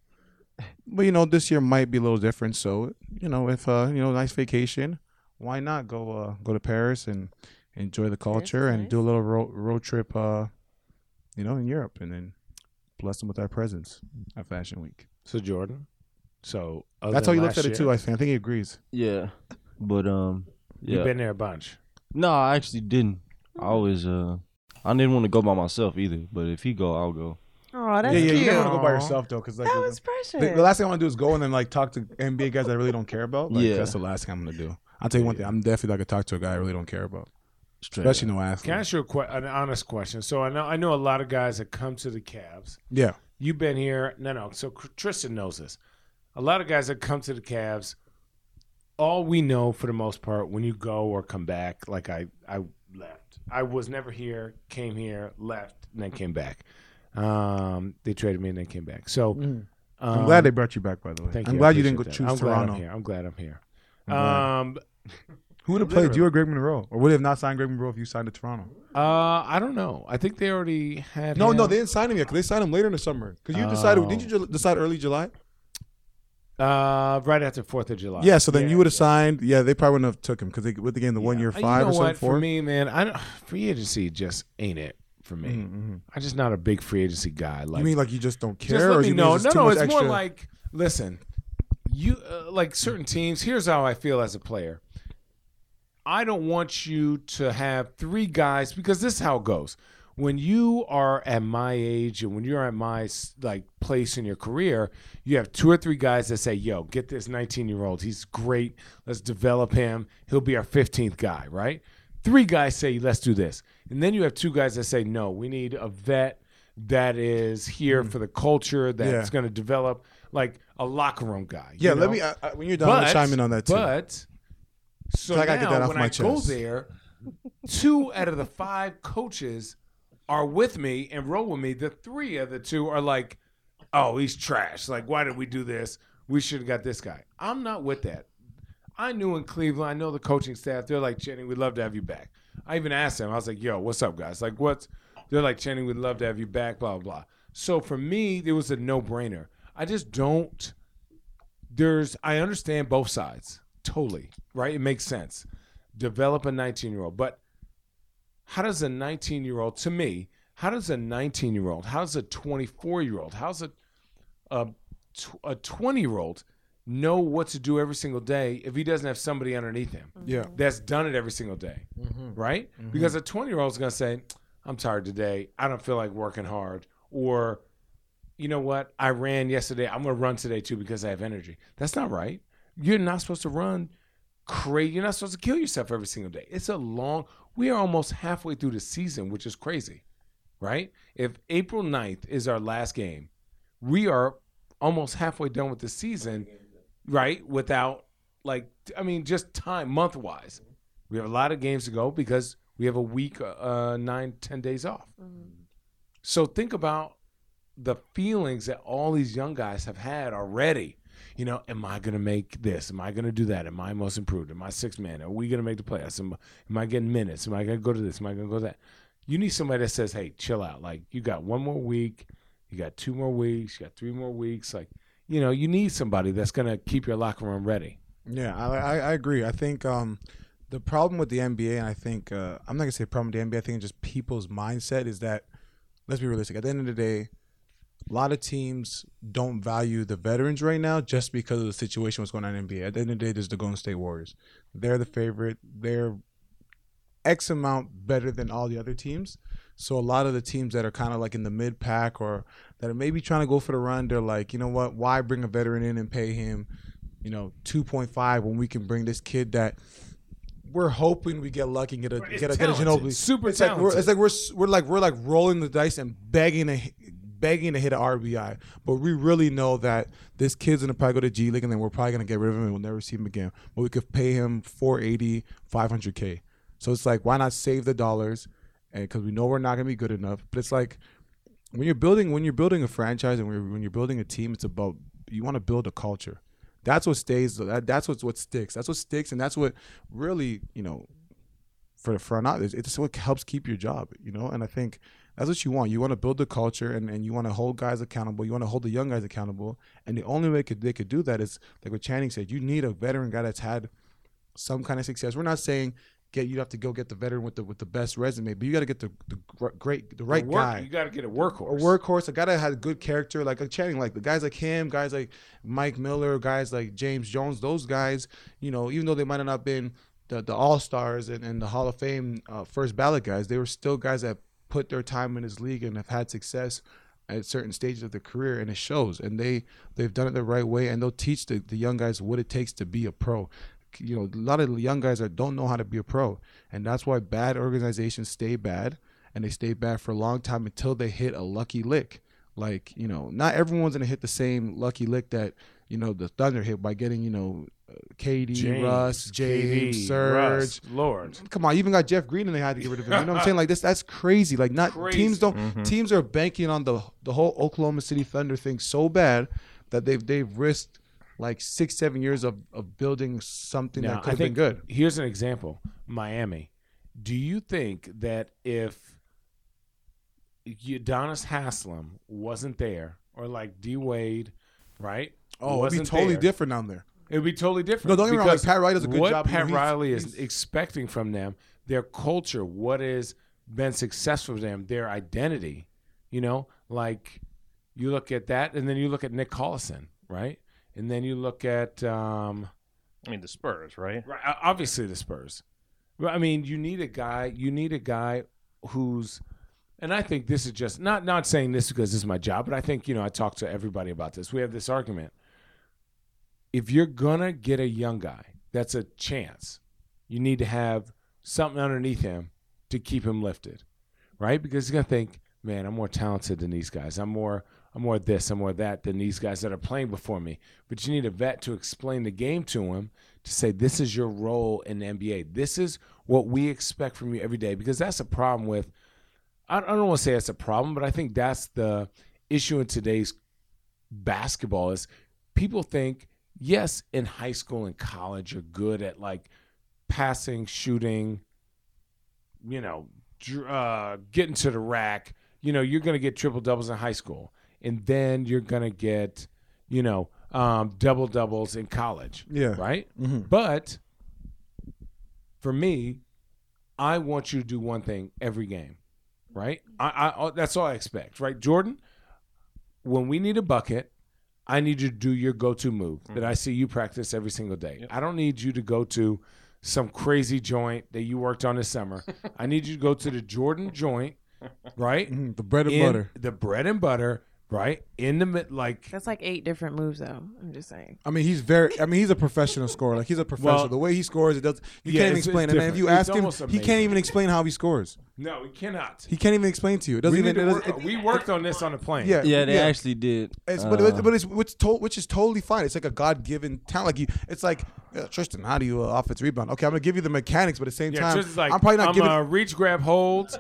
Speaker 6: But you know, this year might be a little different. So you know, if uh, you know, nice vacation, why not go uh, go to Paris and enjoy the culture and do a little road road trip, uh, you know, in Europe, and then bless them with our presence at Fashion Week.
Speaker 4: So Jordan. So other
Speaker 6: That's how
Speaker 4: than
Speaker 6: you looked
Speaker 4: last
Speaker 6: at it too.
Speaker 4: year,
Speaker 6: I think I think he agrees.
Speaker 3: Yeah, but um,
Speaker 4: You've
Speaker 3: yeah.
Speaker 4: been there a bunch.
Speaker 3: no, I actually didn't. I always uh, I didn't want to go by myself either. But if he go, I'll go.
Speaker 5: Oh, that's
Speaker 6: yeah, yeah,
Speaker 5: cute.
Speaker 6: you never want to go by yourself though, because like
Speaker 5: That
Speaker 6: the-
Speaker 5: was precious.
Speaker 6: the, the last thing I want to do is go and then like talk to NBA guys I really don't care about. Like,
Speaker 3: Yeah.
Speaker 6: that's the last thing I'm gonna do. I'll tell you one thing. I'm definitely not gonna talk to a guy I really don't care about,
Speaker 3: Straight
Speaker 6: especially
Speaker 3: up.
Speaker 6: no
Speaker 4: Can I
Speaker 6: athlete.
Speaker 4: ask you a que- an honest question? So I know I know a lot of guys that come to the Cavs.
Speaker 6: Yeah,
Speaker 4: You've been here. No, no. So Cr- Tristan knows this. A lot of guys that come to the Cavs. All we know for the most part, when you go or come back, like I, I left. I was never here. Came here, left, and then came back. Um, they traded me and then came back. So
Speaker 6: Mm. I'm
Speaker 4: um,
Speaker 6: glad they brought you back. By the way,
Speaker 4: thank
Speaker 6: I'm
Speaker 4: you, I
Speaker 6: glad you didn't go
Speaker 4: appreciate
Speaker 6: choose
Speaker 4: that. I'm glad I'm
Speaker 6: Toronto.
Speaker 4: here. I'm glad I'm here.
Speaker 6: glad.
Speaker 4: Um,
Speaker 6: Who would have
Speaker 4: Literally.
Speaker 6: played you or Greg Monroe, or would have not signed Greg Monroe if you signed to Toronto?
Speaker 4: uh, I don't know. I think they already had.
Speaker 6: No,
Speaker 4: him.
Speaker 6: no, they didn't sign him yet. Cause they signed him later in the summer. Cause you decided,
Speaker 4: Oh.
Speaker 6: didn't you ju- decide early July?
Speaker 4: Uh, right after Fourth of July.
Speaker 6: Yeah, so then you would have
Speaker 4: yeah. Uh,
Speaker 6: signed. Yeah, they probably wouldn't have took him because they with the game the one year
Speaker 4: You
Speaker 6: five
Speaker 4: know
Speaker 6: or something
Speaker 4: what?
Speaker 6: for
Speaker 4: For me, man, I don't, free agency just ain't it for me. I'm just not a big free agency guy. Like,
Speaker 6: Mm. Mm-hmm. you mean like you just don't care?
Speaker 4: just
Speaker 6: or
Speaker 4: let
Speaker 6: you
Speaker 4: me
Speaker 6: mean
Speaker 4: know.
Speaker 6: just
Speaker 4: No,
Speaker 6: too
Speaker 4: no,
Speaker 6: much
Speaker 4: it's more
Speaker 6: extra-
Speaker 4: like listen, you uh, like certain teams. Here's how I feel as a player. I don't want you to have three guys because this is how it goes. When you are at my age and when you're at my s- like place in your career, you have two or three guys that say, "Yo, get this 19-year-old. He's great. Let's develop him. He'll be our 15th guy, right?" Three guys say, "Let's do this." And then you have two guys that say, "No, we need a vet that is here for the culture that's
Speaker 6: Hmm. Yeah.
Speaker 4: going to develop like a locker room guy." you
Speaker 6: yeah.
Speaker 4: know?
Speaker 6: Let me I, I, when you're done, I'm gonna chime in on that too.
Speaker 4: But so
Speaker 6: I
Speaker 4: now,
Speaker 6: gotta get that off
Speaker 4: when
Speaker 6: my
Speaker 4: I go
Speaker 6: chest.
Speaker 4: there, two out of the five coaches are with me and roll with me. The three of the two are like, "Oh, he's trash. Like, why did we do this? We should have got this guy." I'm not with that. I knew in Cleveland, I know the coaching staff, they're like, Channing, we'd love to have you back. I even asked them, I was like, yo, what's up, guys? Like, what's, they're like, Channing, we'd love to have you back, blah, blah, blah. So for me, it was a no brainer. I just don't, there's, I understand both sides totally, right? It makes sense. Develop a 19 year old. But how does a 19 year old, to me, how does a 19 year old, how does a 24 year old, how's a, a tw- a 20 year old know what to do every single day if he doesn't have somebody underneath him
Speaker 6: Yeah.
Speaker 4: that's done it every single day, right? Because a 20 year old is going to say, I'm tired today. I don't feel like working hard. Or, you know what? I ran yesterday. I'm going to run today too because I have energy. That's not right. You're not supposed to run crazy. You're not supposed to kill yourself every single day. It's a long, we are almost halfway through the season, which is crazy, right? If April 9th is our last game, we are almost halfway done with the season, right? Without, like, I mean, just time, month wise. We have a lot of games to go because we have a week, uh, nine, ten days off.
Speaker 5: Mm,
Speaker 4: So think about the feelings that all these young guys have had already. You know, am I going to make this? Am I going to do that? Am I most improved? Am I six man? Are we going to make the playoffs? Am, am I getting minutes? Am I going to go to this? Am I going to go to that? You need somebody that says, hey, chill out. Like, you got one more week. You got two more weeks. You got three more weeks. Like, you know, you need somebody that's going to keep your locker room ready.
Speaker 6: Yeah, I, I, I agree. I think um, the problem with the NBA, and I think uh, I'm not gonna say problem with the NBA. I think it's just people's mindset is that let's be realistic. At the end of the day, a lot of teams don't value the veterans right now just because of the situation what's going on in the NBA. At the end of the day, there's the Golden State Warriors. They're the favorite. They're X amount better than all the other teams. So a lot of the teams that are kind of like in the mid pack or that are maybe trying to go for the run, they're like, you know what? Why bring a veteran in and pay him, you know, two point five when we can bring this kid that we're hoping we get lucky and get a get a get a
Speaker 4: talented,
Speaker 6: Ginobili.
Speaker 4: super
Speaker 6: it's like we're,
Speaker 4: talented.
Speaker 6: it's like we're s- we're like we're like rolling the dice and begging to hi- begging to hit an RBI, but we really know that this kid's gonna probably go to G League and then we're probably gonna get rid of him and we'll never see him again. But we could pay him 480, 500 k. So it's like why not save the dollars, and because we know we're not gonna be good enough. But it's like when you're building when you're building a franchise and when you're, when you're building a team, it's about you want to build a culture. That's what stays. That, that's what's what sticks. That's what sticks, and that's what really you know for the front office. It's what helps keep your job, you know. And I think that's what you want. You want to build the culture, and, and you want to hold guys accountable. You want to hold the young guys accountable. And the only way could, they could do that is like what Channing said. You need a veteran guy that's had some kind of success. We're not saying get you have to go get the veteran with the with the best resume, but you got to get the the gr- great the right
Speaker 4: A work-
Speaker 6: guy
Speaker 4: You got to get a workhorse.
Speaker 6: a workhorse, a guy that had good character, like a Channing, like the guys like him, guys like Mike Miller, guys like James Jones, those guys, you know, even though they might have not been the, the all stars and, and the Hall of Fame uh, first ballot guys, they were still guys that put their time in this league and have had success at certain stages of their career and it shows and they they've done it the right way and they'll teach the, the young guys what it takes to be a pro you know a lot of young guys that don't know how to be a pro and that's why bad organizations stay bad and they stay bad for a long time until they hit a lucky lick like you know not everyone's gonna hit the same lucky lick that you know the thunder hit by getting you know uh, KD, Russ, James,
Speaker 4: KD,
Speaker 6: Serge,
Speaker 4: Russ, Lord.
Speaker 6: come on, you even got Jeff Green and they had to get rid of him. You know what I'm saying? Like this, that's crazy. Like not
Speaker 4: Crazy.
Speaker 6: teams don't teams are banking on the the whole Oklahoma City Thunder thing so bad that they've they've risked like six seven years of of building something
Speaker 4: Now,
Speaker 6: that could have been good.
Speaker 4: Here's an example: Miami. Do you think that if Udonis Haslam wasn't there, or like D Wade, right?
Speaker 6: Oh, it'd be
Speaker 4: wasn't
Speaker 6: totally
Speaker 4: there,
Speaker 6: different down there.
Speaker 4: It'd be totally different.
Speaker 6: No, don't get me wrong, like,
Speaker 4: because
Speaker 6: Pat Riley does a good
Speaker 4: what
Speaker 6: job, you know,
Speaker 4: Pat
Speaker 6: he's-
Speaker 4: Riley is expecting from them, their culture, what has been successful for them, their identity. You know, like you look at that, and then you look at Nick Collison, right? And then you look at. Um,
Speaker 2: I mean, the Spurs, right?
Speaker 4: Right. o- Obviously, the Spurs. Well, I mean, you need a guy. You need a guy who's, and I think this is just not not saying this because this is my job, but I think you know I talk to everybody about this. We have this argument. If you're gonna get a young guy, that's a chance. You need to have something underneath him to keep him lifted, right? Because he's gonna think, man, I'm more talented than these guys. I'm more. I'm more this, I'm more that than these guys that are playing before me. But you need a vet to explain the game to him to say this is your role in the NBA. This is what we expect from you every day because that's a problem with. I I don't want to say that's a problem, but I think that's the issue in today's basketball is people think yes, in high school and college, you're good at like passing, shooting, you know, dr- uh, getting to the rack. You know, you're going to get triple doubles in high school, and then you're going to get, you know, um, double doubles in college,
Speaker 6: Yeah.
Speaker 4: right?
Speaker 6: Mhm.
Speaker 4: But for me, I want you to do one thing every game, right? I, I that's all I expect, right, Jordan? When we need a bucket, I need you to do your go-to move that I see you practice every single day. I don't need you to go to some crazy joint that you worked on this summer. I need you to go to the Jordan joint, right?
Speaker 6: Mhm, The bread and
Speaker 4: In-
Speaker 6: butter.
Speaker 4: the bread and butter, right? In the mid, like
Speaker 5: That's like eight different moves, though. I'm just saying.
Speaker 6: I mean, he's very. I mean, he's a professional scorer. Like he's a professional. the way he scores, it does. You
Speaker 4: Yeah,
Speaker 6: can't even
Speaker 4: it's-
Speaker 6: explain
Speaker 4: it's
Speaker 6: it. man. if
Speaker 4: different.
Speaker 6: you
Speaker 4: It's
Speaker 6: ask him,
Speaker 4: almost
Speaker 6: he can't
Speaker 4: amazing.
Speaker 6: even explain how he scores.
Speaker 4: no, we cannot.
Speaker 6: He can't even explain to you. It doesn't
Speaker 4: We,
Speaker 6: even.
Speaker 4: need to
Speaker 6: It doesn't,
Speaker 4: work-
Speaker 6: it-
Speaker 4: we worked on this on the plane.
Speaker 6: yeah,
Speaker 3: Yeah, they actually did.
Speaker 6: It's, but,
Speaker 3: uh,
Speaker 6: but, but it's which, to, which is totally fine. It's like a God given talent. Like you, it's like yeah, Tristan, how do you uh, offense rebound? Okay, I'm gonna give you the mechanics, but at the same
Speaker 4: Yeah,
Speaker 6: time,
Speaker 4: Tristan's like,
Speaker 6: I'm probably not
Speaker 4: I'm
Speaker 6: giving.
Speaker 4: uh, reach, grab, hold,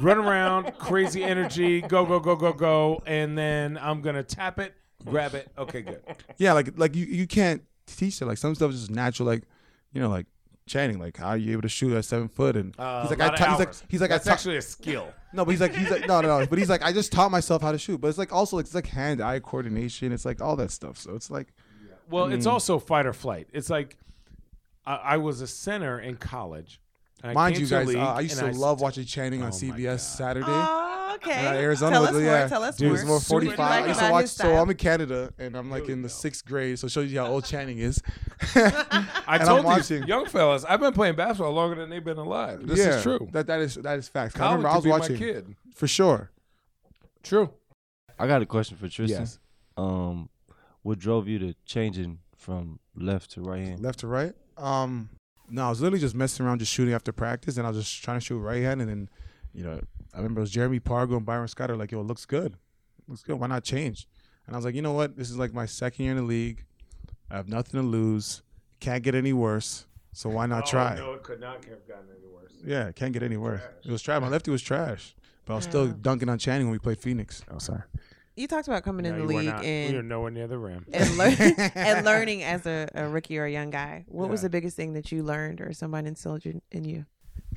Speaker 4: run around, crazy energy, go, go, go, go, go, and then I'm gonna tap it, grab it. Okay, good.
Speaker 6: yeah, like like you, you can't teach it. Like some stuff is just natural. Like you know, like Channing, like how are you able to shoot at seven foot? And
Speaker 4: Uh,
Speaker 6: he's like,
Speaker 4: a
Speaker 6: I
Speaker 4: lot of
Speaker 6: ta- he's like,
Speaker 4: hours.
Speaker 6: he's like, I
Speaker 4: that's
Speaker 6: ta-
Speaker 4: actually a skill.
Speaker 6: No, but he's like, he's like, no, no, no. But he's like, I just taught myself how to shoot. But it's like also, it's like hand eye coordination. It's like all that stuff. So it's like,
Speaker 4: Well, it's also fight or flight. It's like I, I was a center in college. and I
Speaker 6: mind
Speaker 4: came
Speaker 6: you
Speaker 4: to a
Speaker 6: guys, uh,
Speaker 4: league,
Speaker 6: I used
Speaker 4: and
Speaker 6: to
Speaker 4: s-
Speaker 6: love watching Channing
Speaker 4: Oh
Speaker 6: on
Speaker 4: my
Speaker 6: CBS
Speaker 4: God.
Speaker 6: Saturday.
Speaker 5: Oh, okay.
Speaker 6: And, uh, Arizona,
Speaker 5: tell us
Speaker 6: was-
Speaker 5: more.
Speaker 6: yeah,
Speaker 5: Tell us
Speaker 6: Dude,
Speaker 4: Dude,
Speaker 5: more.
Speaker 6: it's more
Speaker 4: super
Speaker 6: forty
Speaker 4: like
Speaker 6: five. I used to
Speaker 5: about
Speaker 6: watch.
Speaker 5: his
Speaker 6: So
Speaker 5: style.
Speaker 6: I'm in Canada, and I'm like in the sixth grade. So it shows you how old Channing is.
Speaker 4: I
Speaker 6: and
Speaker 4: told
Speaker 6: I'm
Speaker 4: these
Speaker 6: watching.
Speaker 4: young fellas, I've been playing basketball longer than they've been alive. This
Speaker 6: Yeah,
Speaker 4: is true.
Speaker 6: That that is that is fact. I
Speaker 4: Colin
Speaker 6: remember I
Speaker 4: could
Speaker 6: was
Speaker 4: be my
Speaker 6: watching
Speaker 4: kid.
Speaker 6: for sure.
Speaker 4: True.
Speaker 3: I got a question for Tristan.
Speaker 4: Yes.
Speaker 3: Um, what drove you to changing from left to right hand?
Speaker 6: left to right. Um, no, I was literally just messing around, just shooting after practice, and I was just trying to shoot right hand. And then, you know, I remember it was Jeremy Pargo and Byron Scott are like, "Yo, it looks good, looks good. Why not change?" And I was like, "You know what? This is like my second year in the league. I have nothing to lose. Can't get any worse. So why not try?"
Speaker 4: Oh, No, it could not have gotten any worse.
Speaker 6: Yeah, can't get any worse. It was trash. My lefty was trash, but I was still dunking on Channing when we played Phoenix.
Speaker 4: Oh, sorry.
Speaker 5: You talked about coming in
Speaker 4: you
Speaker 5: the
Speaker 4: were
Speaker 5: league
Speaker 4: not. we are
Speaker 5: and
Speaker 4: nowhere near the rim.
Speaker 5: and, learn, and learning as a, a rookie or a young guy. What was
Speaker 6: Yeah.
Speaker 5: the biggest thing that you learned or someone instilled you, in you?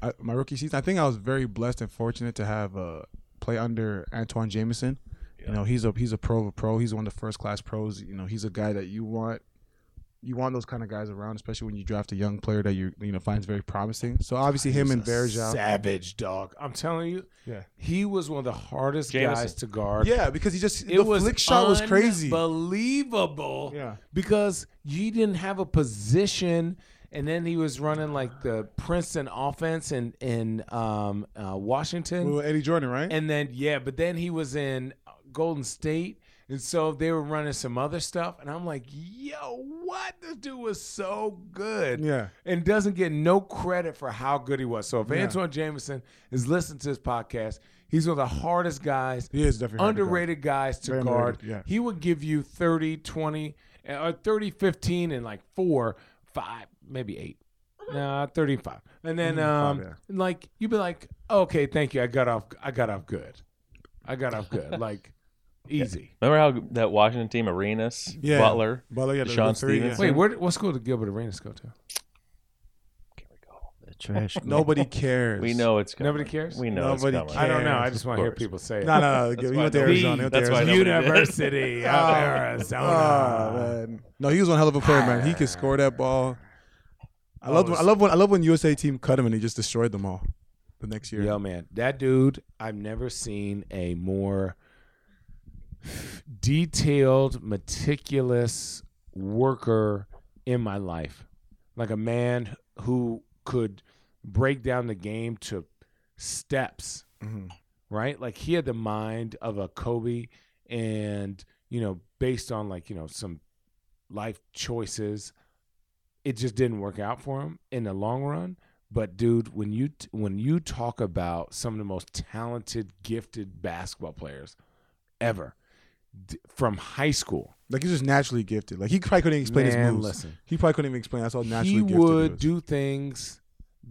Speaker 6: I, my rookie season, I think I was very blessed and fortunate to have uh, play under Antoine Jameson. You know, he's a he's a pro of a pro. He's one of the first class pros. You know, he's a guy that you want you want those kind of guys around, especially when you draft a young player that you you know finds very promising. So obviously him and Verjao.
Speaker 4: Savage dog. I'm telling you.
Speaker 6: Yeah.
Speaker 4: He was one of the hardest
Speaker 2: Jamison.
Speaker 4: guys to guard.
Speaker 6: Yeah, because he just the flick shot was crazy.
Speaker 4: Unbelievable.
Speaker 6: Yeah.
Speaker 4: Because he didn't have a position and then he was running like the Princeton offense in in um, uh, Washington.
Speaker 6: Well, Eddie Jordan, right?
Speaker 4: And then yeah, but then he was in Golden State, and so they were running some other stuff, and I'm like, yo, what? This dude was so good,
Speaker 6: Yeah.
Speaker 4: and doesn't get no credit for how good he was. So if
Speaker 6: Yeah.
Speaker 4: Antoine Jameson is listening to this podcast, he's one of the hardest guys
Speaker 6: he is definitely hard to guard.
Speaker 4: underrated guys to
Speaker 6: Very
Speaker 4: guard.
Speaker 6: underrated, yeah.
Speaker 4: He would give you 30, 20, uh, or 30, 15, and like four, five, maybe eight. Nah, 35. And then um,
Speaker 6: five,
Speaker 4: like you'd be like, okay, thank you. I got off I got off good. I got off good. like easy.
Speaker 2: Remember how that Washington team, Arenas,
Speaker 6: Yeah.
Speaker 2: Butler,
Speaker 6: Butler, yeah, the-
Speaker 2: Sean
Speaker 6: the three, yeah.
Speaker 2: Stevens.
Speaker 4: Wait, where, what school did Gilbert Arenas go to?
Speaker 3: The trash.
Speaker 6: Nobody cares.
Speaker 2: We know it's coming.
Speaker 4: Nobody cares?
Speaker 2: We know
Speaker 6: Nobody
Speaker 2: it's coming.
Speaker 4: I don't know. I
Speaker 6: Cares,
Speaker 4: just want to hear
Speaker 2: course.
Speaker 4: people say it.
Speaker 6: No, no, no.
Speaker 2: That's why
Speaker 6: He went
Speaker 2: nobody-
Speaker 6: to Arizona. He went to
Speaker 2: that's why
Speaker 6: Arizona.
Speaker 2: nobody-
Speaker 4: University of Arizona.
Speaker 6: Oh, man. No, he was one hell of a player, man. He could score that ball. I love. I love when I love when USA team cut him and he just destroyed them all. The next year,
Speaker 4: Yo, man, that dude, I've never seen a more detailed, meticulous worker in my life. Like a man who could break down the game to steps,
Speaker 6: Mhm.
Speaker 4: right? Like he had the mind of a Kobe and, you know, based on like, you know, some life choices, it just didn't work out for him in the long run. But dude, when you t- when you talk about some of the most talented, gifted basketball players ever d- from high school,
Speaker 6: like he's just naturally gifted. Like he probably couldn't even explain his
Speaker 4: man,
Speaker 6: moves.
Speaker 4: Listen,
Speaker 6: He probably couldn't even explain. That's how naturally
Speaker 4: he
Speaker 6: gifted
Speaker 4: would
Speaker 6: he was.
Speaker 4: do things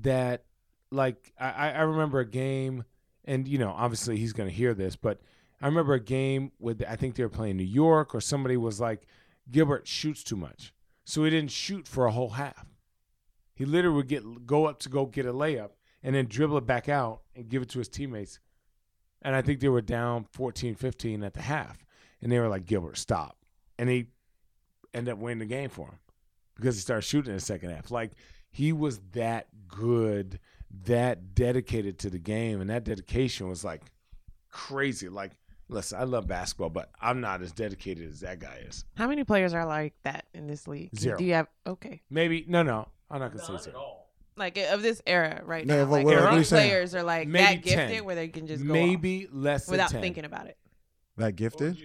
Speaker 4: that, like, I- I, I remember a game, and you know, obviously he's going to hear this, but I remember a game with I think they were playing New York, or somebody was like, Gilbert shoots too much, So he didn't shoot for a whole half. He literally would get go up to go get a layup and then dribble it back out and give it to his teammates. And I think they were down 14, 15 at the half. And they were like, Gilbert, stop. And he ended up winning the game for him because he started shooting in the second half. Like he was that good, that dedicated to the game. And that dedication was like crazy. Like, listen, I love basketball, but I'm not as dedicated as that guy is.
Speaker 5: How many players are like that in this league?
Speaker 4: Zero.
Speaker 5: Do you have okay?
Speaker 4: Maybe, no, no, I'm not going to say zero.
Speaker 5: Like of this era right
Speaker 6: No,
Speaker 5: now,
Speaker 6: what-
Speaker 5: like
Speaker 6: what
Speaker 4: are
Speaker 5: how many
Speaker 4: you saying?
Speaker 5: players are like
Speaker 4: Maybe
Speaker 5: that gifted
Speaker 4: 10.
Speaker 5: where they can just go maybe
Speaker 4: Maybe less
Speaker 5: without
Speaker 4: than 10.
Speaker 5: thinking about it.
Speaker 6: That gifted.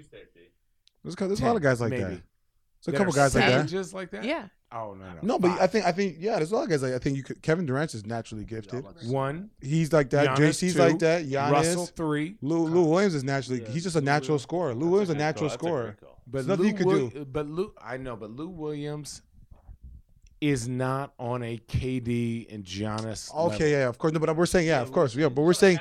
Speaker 6: There's, a cou- there's a lot of
Speaker 4: 10,
Speaker 6: guys like that.
Speaker 4: maybe.
Speaker 6: There's a couple guys like that.
Speaker 4: Just like that?
Speaker 5: Yeah,
Speaker 4: Oh, no, no.
Speaker 6: No, but I
Speaker 4: Five.
Speaker 6: think I think yeah, there's a lot of guys like I think you could. Kevin Durant's is naturally gifted.
Speaker 4: one,
Speaker 6: He's like that.
Speaker 4: Giannis,
Speaker 6: JC's
Speaker 4: two,
Speaker 6: like that. Giannis.
Speaker 4: Russell, three.
Speaker 6: Lou, Lou Williams is naturally he's just a
Speaker 2: Lou
Speaker 6: natural
Speaker 2: Williams.
Speaker 6: scorer. Lou Williams is a
Speaker 2: That's
Speaker 6: natural
Speaker 2: good call.
Speaker 6: scorer.
Speaker 2: That's a good call.
Speaker 4: But
Speaker 6: There's nothing
Speaker 4: Lou
Speaker 6: you could
Speaker 4: Wil-
Speaker 6: do.
Speaker 4: But Lou, I know, but Lou Williams is not on a KD and Giannis.
Speaker 6: Okay,
Speaker 4: level.
Speaker 6: yeah, of course. No, but we're saying yeah, of course. Yeah, but we're saying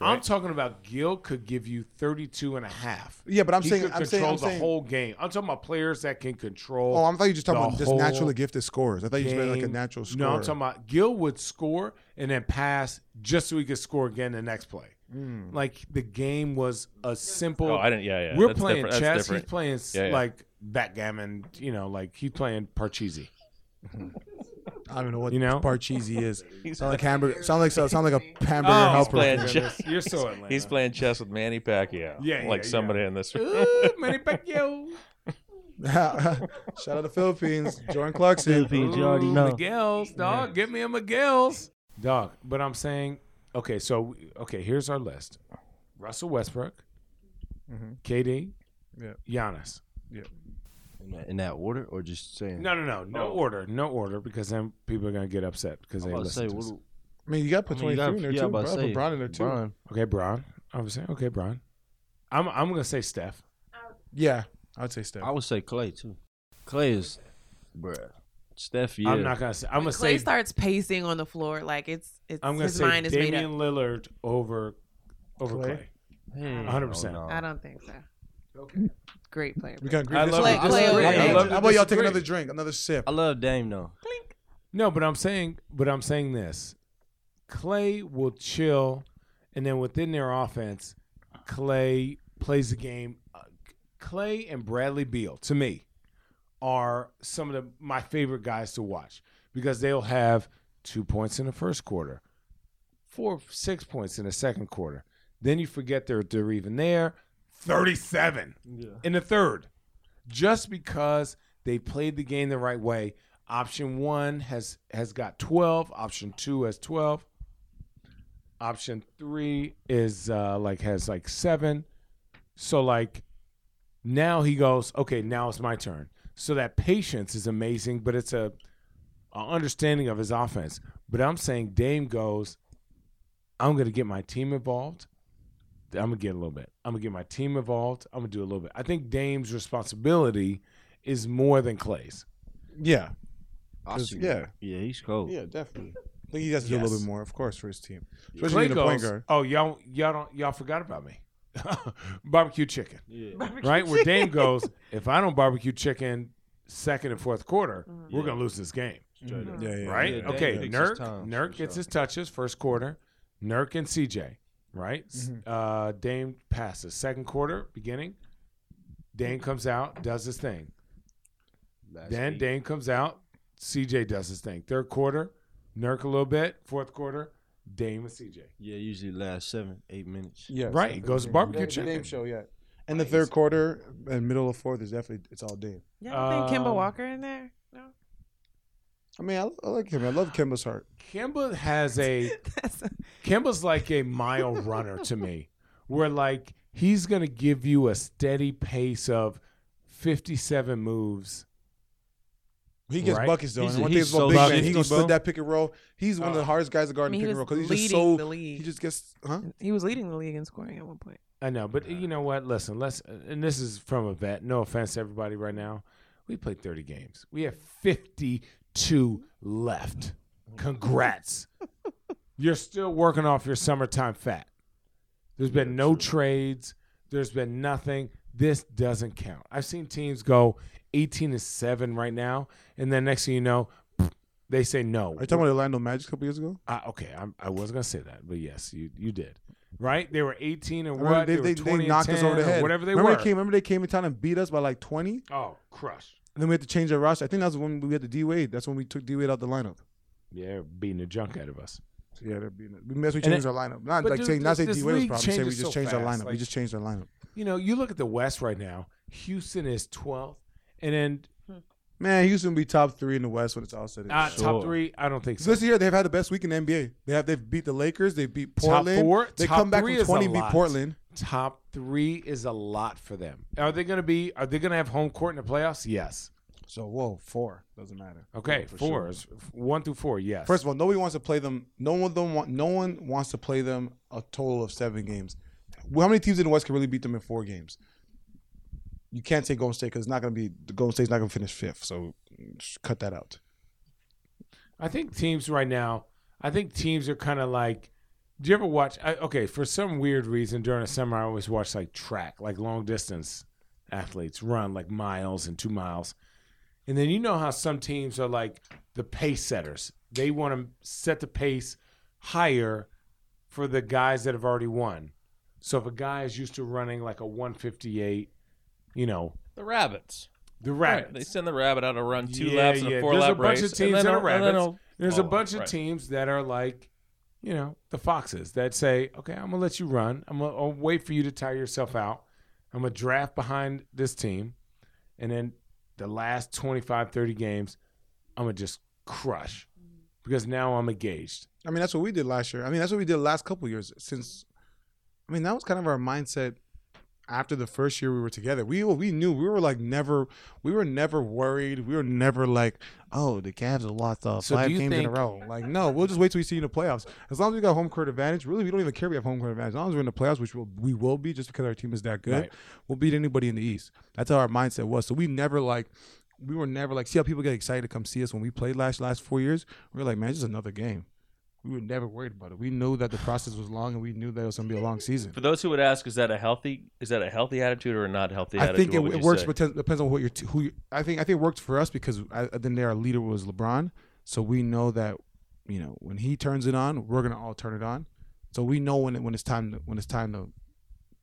Speaker 4: I'm talking about Gil could give you 32 and a half.
Speaker 6: yeah, but I'm
Speaker 4: he
Speaker 6: saying
Speaker 4: could
Speaker 6: I'm saying
Speaker 4: control
Speaker 6: I'm
Speaker 4: the
Speaker 6: saying.
Speaker 4: whole game. I'm talking about players that can control.
Speaker 6: oh, I thought you were just talking
Speaker 4: the
Speaker 6: about just naturally
Speaker 4: whole
Speaker 6: gifted scorers. I thought you just meant like a
Speaker 4: game.
Speaker 6: natural scorer.
Speaker 4: No, I'm talking about Gil would score and then pass just so he could score again the next play. Like the game was a simple.
Speaker 2: Hmm. Oh, I didn't. Yeah, yeah.
Speaker 4: We're
Speaker 2: That's
Speaker 4: playing
Speaker 2: different. That's
Speaker 4: chess. He's
Speaker 2: different.
Speaker 4: playing s
Speaker 2: Yeah, yeah.
Speaker 4: like backgammon. You know, like he's playing parcheesi.
Speaker 6: I don't know what
Speaker 4: You know?
Speaker 6: part cheesy is. sound like hamburger. Sound like sound like a hamburger
Speaker 4: Oh,
Speaker 6: helper.
Speaker 2: playing
Speaker 4: Goodness,
Speaker 2: chess.
Speaker 4: You're so Atlanta.
Speaker 2: He's playing chess with Manny Pacquiao.
Speaker 4: Yeah, yeah,
Speaker 2: like
Speaker 4: yeah.
Speaker 2: somebody in this room.
Speaker 4: Ooh, Manny Pacquiao.
Speaker 6: Shout out to Philippines, Jordan Clarkson.
Speaker 3: Philippines, you already
Speaker 4: Ooh,
Speaker 3: know.
Speaker 4: Miguel's dog. Give me a Miguel's dog. But I'm saying, okay, so okay, here's our list: Russell Westbrook, KD,
Speaker 6: Yeah.
Speaker 4: Giannis.
Speaker 3: In that, in that order, or just saying?
Speaker 4: No, no, no, no
Speaker 3: Oh.
Speaker 4: order, no order, because then people are gonna get upset because
Speaker 3: I'm
Speaker 4: they
Speaker 3: about to say,
Speaker 4: listen. to
Speaker 3: what,
Speaker 4: us.
Speaker 3: do-
Speaker 6: I mean, you got to
Speaker 3: I
Speaker 6: put
Speaker 3: mean,
Speaker 6: 23
Speaker 3: you got-
Speaker 6: in there
Speaker 3: yeah,
Speaker 6: too.
Speaker 3: I'm about
Speaker 6: bro.
Speaker 3: to
Speaker 6: Put
Speaker 3: say,
Speaker 6: Bron in there too.
Speaker 3: Bron.
Speaker 4: okay, Bron. I was saying, okay, Bron. I'm I'm gonna say Steph.
Speaker 6: Yeah, I'd say Steph.
Speaker 3: I would say Clay too. Clay is, bruh. Steph, yeah.
Speaker 4: I'm not gonna say. I'm gonna
Speaker 5: when Clay
Speaker 4: say.
Speaker 5: starts pacing on the floor like it's it's
Speaker 4: I'm gonna
Speaker 5: his
Speaker 4: say
Speaker 5: mind is made
Speaker 4: Damian
Speaker 5: up.
Speaker 4: Lillard over over
Speaker 6: Clay?
Speaker 4: Clay.
Speaker 3: Hey,
Speaker 4: 100%.
Speaker 3: no, no.
Speaker 5: I don't think so. Great player.
Speaker 6: we can agree.
Speaker 4: I
Speaker 6: to
Speaker 4: love
Speaker 6: disagree.
Speaker 5: to Clay- Clay
Speaker 6: How about-
Speaker 5: over
Speaker 6: How
Speaker 4: there.
Speaker 6: about y'all take
Speaker 4: Disagree.
Speaker 6: another drink, another sip?
Speaker 3: I love Dame though.
Speaker 4: No, but I'm saying, but I'm saying this: Clay will chill, and then within their offense, Clay plays the game. Uh, Clay and Bradley Beal, to me, are some of the, my favorite guys to watch because they'll have two points in the first quarter, four, six points in the second quarter. Then you forget they're they're even there. Thirty-seven in the third, just because they played the game the right way. Option one has has got twelve. Option two has twelve. Option three is uh, like has like seven. So like now he goes, okay, now it's my turn. So that patience is amazing, but it's a, a understanding of his offense. But I'm saying Dame goes, I'm gonna get my team involved. I'm gonna get a little bit. I'm gonna get my team involved. I'm gonna do a little bit. I think Dame's responsibility is more than Clay's.
Speaker 6: Yeah,
Speaker 3: I
Speaker 6: Cause-
Speaker 3: see
Speaker 6: yeah.
Speaker 3: that. yeah, he's cold.
Speaker 6: yeah, definitely. I think he has to do a
Speaker 4: Yes.
Speaker 6: little bit more, of course, for his team,
Speaker 4: Clay
Speaker 6: especially in the
Speaker 4: goes,
Speaker 6: point guard.
Speaker 4: Oh, y'all, y'all don't, y'all forgot about me. barbecue chicken,
Speaker 3: Yeah.
Speaker 4: right? Where Dame goes, if I don't barbecue chicken second and fourth quarter, we're
Speaker 3: Yeah. Mm-hmm.
Speaker 4: gonna lose this game,
Speaker 3: Straight up.
Speaker 6: Mm-hmm. Yeah, yeah,
Speaker 4: right?
Speaker 3: Dame
Speaker 4: okay,
Speaker 3: picks his
Speaker 4: Nurk,
Speaker 3: times,
Speaker 4: Nurk
Speaker 3: for
Speaker 4: gets
Speaker 3: sure.
Speaker 4: his touches first quarter. Nurk and CJ, right? S-
Speaker 6: Mm-hmm.
Speaker 4: Uh, Dame passes second quarter beginning. Dame comes out, does his thing.
Speaker 3: Last
Speaker 4: Then
Speaker 3: week.
Speaker 4: Dame comes out. CJ does his thing. Third quarter, Nurk a little bit. Fourth quarter, Dame and CJ.
Speaker 3: Yeah, usually last seven, eight minutes.
Speaker 6: Yeah,
Speaker 4: Right, it goes barbecue chicken.
Speaker 6: Dame show, yeah. And the third quarter and middle of fourth is definitely it's all Dame.
Speaker 5: Yeah, I think Kimba
Speaker 4: Um,
Speaker 5: Walker in there. No,
Speaker 6: I mean, I, I like him. I love Kimba's heart.
Speaker 4: Kimba has a
Speaker 5: that's
Speaker 4: Kimba's like a mile runner to me. Where like he's gonna give you a steady pace of fifty-seven moves.
Speaker 6: He gets
Speaker 4: Right.
Speaker 6: buckets though.
Speaker 3: He's
Speaker 6: and
Speaker 3: a-
Speaker 6: one thing
Speaker 3: he's
Speaker 6: about
Speaker 3: so
Speaker 6: big man, he
Speaker 3: shifty,
Speaker 6: gonna
Speaker 3: bro.
Speaker 6: split that pick and roll. He's one of
Speaker 4: Oh.
Speaker 6: the hardest guys to guard
Speaker 5: I mean,
Speaker 6: in
Speaker 5: he
Speaker 6: pick and roll
Speaker 5: was
Speaker 6: because he's just
Speaker 5: leading the
Speaker 6: so
Speaker 5: league.
Speaker 6: he just gets huh.
Speaker 5: he was leading the league in scoring at one point.
Speaker 4: I know, but you know what? Listen, let's and this is from a vet. No offense, to everybody. Right now, we played thirty games. We have fifty-two left. Congrats. You're still working off your summertime fat. There's been no trades. There's been nothing. This doesn't count. I've seen teams go 18 and seven right now, and then next thing you know, they say no.
Speaker 6: Are you talking about Orlando Magic a couple years ago?
Speaker 4: I, okay, I'm, I was gonna say that, but yes, you you did. Right? They were 18 and
Speaker 6: I remember
Speaker 4: what?
Speaker 6: They,
Speaker 4: were
Speaker 6: they,
Speaker 4: 20
Speaker 6: they
Speaker 4: and
Speaker 6: knocked us
Speaker 4: 10
Speaker 6: over the
Speaker 4: or
Speaker 6: head.
Speaker 4: Whatever they
Speaker 6: remember
Speaker 4: were.
Speaker 6: They came, remember they came in town and beat us by like 20? And
Speaker 4: oh, crush.
Speaker 6: then we had to change our roster. I think that's when we had the D Wade. That's when we took D Wade out the lineup.
Speaker 4: Yeah, they're beating the junk out of us.
Speaker 6: So yeah, that'd be, we must we
Speaker 4: And
Speaker 6: changed our lineup. Not
Speaker 4: but
Speaker 6: like
Speaker 4: dude,
Speaker 6: saying, not
Speaker 4: this-
Speaker 6: say
Speaker 4: this
Speaker 6: D Wade was
Speaker 4: league
Speaker 6: problem. Say we
Speaker 4: changes
Speaker 6: just
Speaker 4: so
Speaker 6: changed our
Speaker 4: fast,
Speaker 6: lineup.
Speaker 4: like-
Speaker 6: we just changed our lineup.
Speaker 4: You know, you look at the West right now. Houston is 12th, and then
Speaker 6: Man, Houston will be top three in the West when it's all said and
Speaker 4: uh,
Speaker 6: done.
Speaker 4: top three. I don't think so.
Speaker 6: This year they've had the best week in the NBA. They have they've beat the Lakers, they beat
Speaker 4: Top
Speaker 6: Portland.
Speaker 4: four?
Speaker 6: They
Speaker 4: Top
Speaker 6: come back
Speaker 4: three
Speaker 6: from
Speaker 4: is a
Speaker 6: twenty, beat
Speaker 4: lot.
Speaker 6: Portland.
Speaker 4: top three is a lot for them. Are they going to be? Are they going to have home court in the playoffs? Yes.
Speaker 6: So whoa, four doesn't matter.
Speaker 4: Okay,
Speaker 6: For
Speaker 4: four
Speaker 6: sure.
Speaker 4: is one through four. Yes.
Speaker 6: First of all, nobody wants to play them. No one them want, no one wants to play them a total of seven games. Well, How many teams in the West can really beat them in four games? You can't say Golden State because it's not going to be the Golden State's not going to finish fifth. So just cut that out.
Speaker 4: I think teams right now. I think teams are kind of like. Do you ever watch? I, okay, for some weird reason during the summer, I always watch like track, like long distance athletes run like miles and two miles, and then you know how some teams are like the pace setters. They want to set the pace higher for the guys that have already won. So if a guy is used to running like a 158, you know
Speaker 2: The rabbits.
Speaker 4: the
Speaker 2: Right.
Speaker 4: rabbits.
Speaker 2: They send the rabbit out to run two
Speaker 4: Yeah,
Speaker 2: laps in
Speaker 4: yeah.
Speaker 2: a four
Speaker 4: There's a
Speaker 2: lap
Speaker 4: bunch
Speaker 2: race.
Speaker 4: of
Speaker 2: and
Speaker 4: teams
Speaker 2: then
Speaker 4: that
Speaker 2: I'll-
Speaker 4: are
Speaker 2: and then
Speaker 4: rabbits.
Speaker 2: I'll-
Speaker 4: There's a
Speaker 2: Oh,
Speaker 4: bunch of
Speaker 2: right.
Speaker 4: teams that are like, you know, the foxes that say, "Okay, I'm gonna let you run. I'm gonna I'll wait for you to tire yourself out. I'm gonna draft behind this team, and then the last 25, 30 games, I'm gonna just crush because now I'm engaged.
Speaker 6: I mean, that's what we did last year. I mean, that's what we did the last couple years. Since, I mean, that was kind of our mindset after the first year we were together. We we knew we were like never, we were never worried. We were never like, oh, the Cavs have lost uh,
Speaker 4: So do
Speaker 6: five
Speaker 4: you
Speaker 6: games in a
Speaker 4: think-
Speaker 6: row. Like, no, we'll just wait till we see you in the playoffs. As long as we got home court advantage, really, we don't even care if we have home court advantage. As long as we're in the playoffs, which we'll, we will be, just because our team is that good,
Speaker 4: Right.
Speaker 6: we'll beat anybody in the East. That's how our mindset was. So we never like. We were never like see how people get excited to come see us when we played last last four years. We were like, man, it's just another game we were never worried about it. We knew that the process was long, and we knew that it was going to be a long season.
Speaker 2: For those who would ask, is that a healthy is that a healthy attitude or a not healthy
Speaker 6: I
Speaker 2: attitude?
Speaker 6: think it,
Speaker 2: What would
Speaker 6: it
Speaker 2: you
Speaker 6: works,
Speaker 2: say?
Speaker 6: but it depends on what your t- who. you I think I think it worked for us because I, then our leader was LeBron, so we know that you know when he turns it on, we're going to all turn it on. So we know when it, when it's time to, when it's time to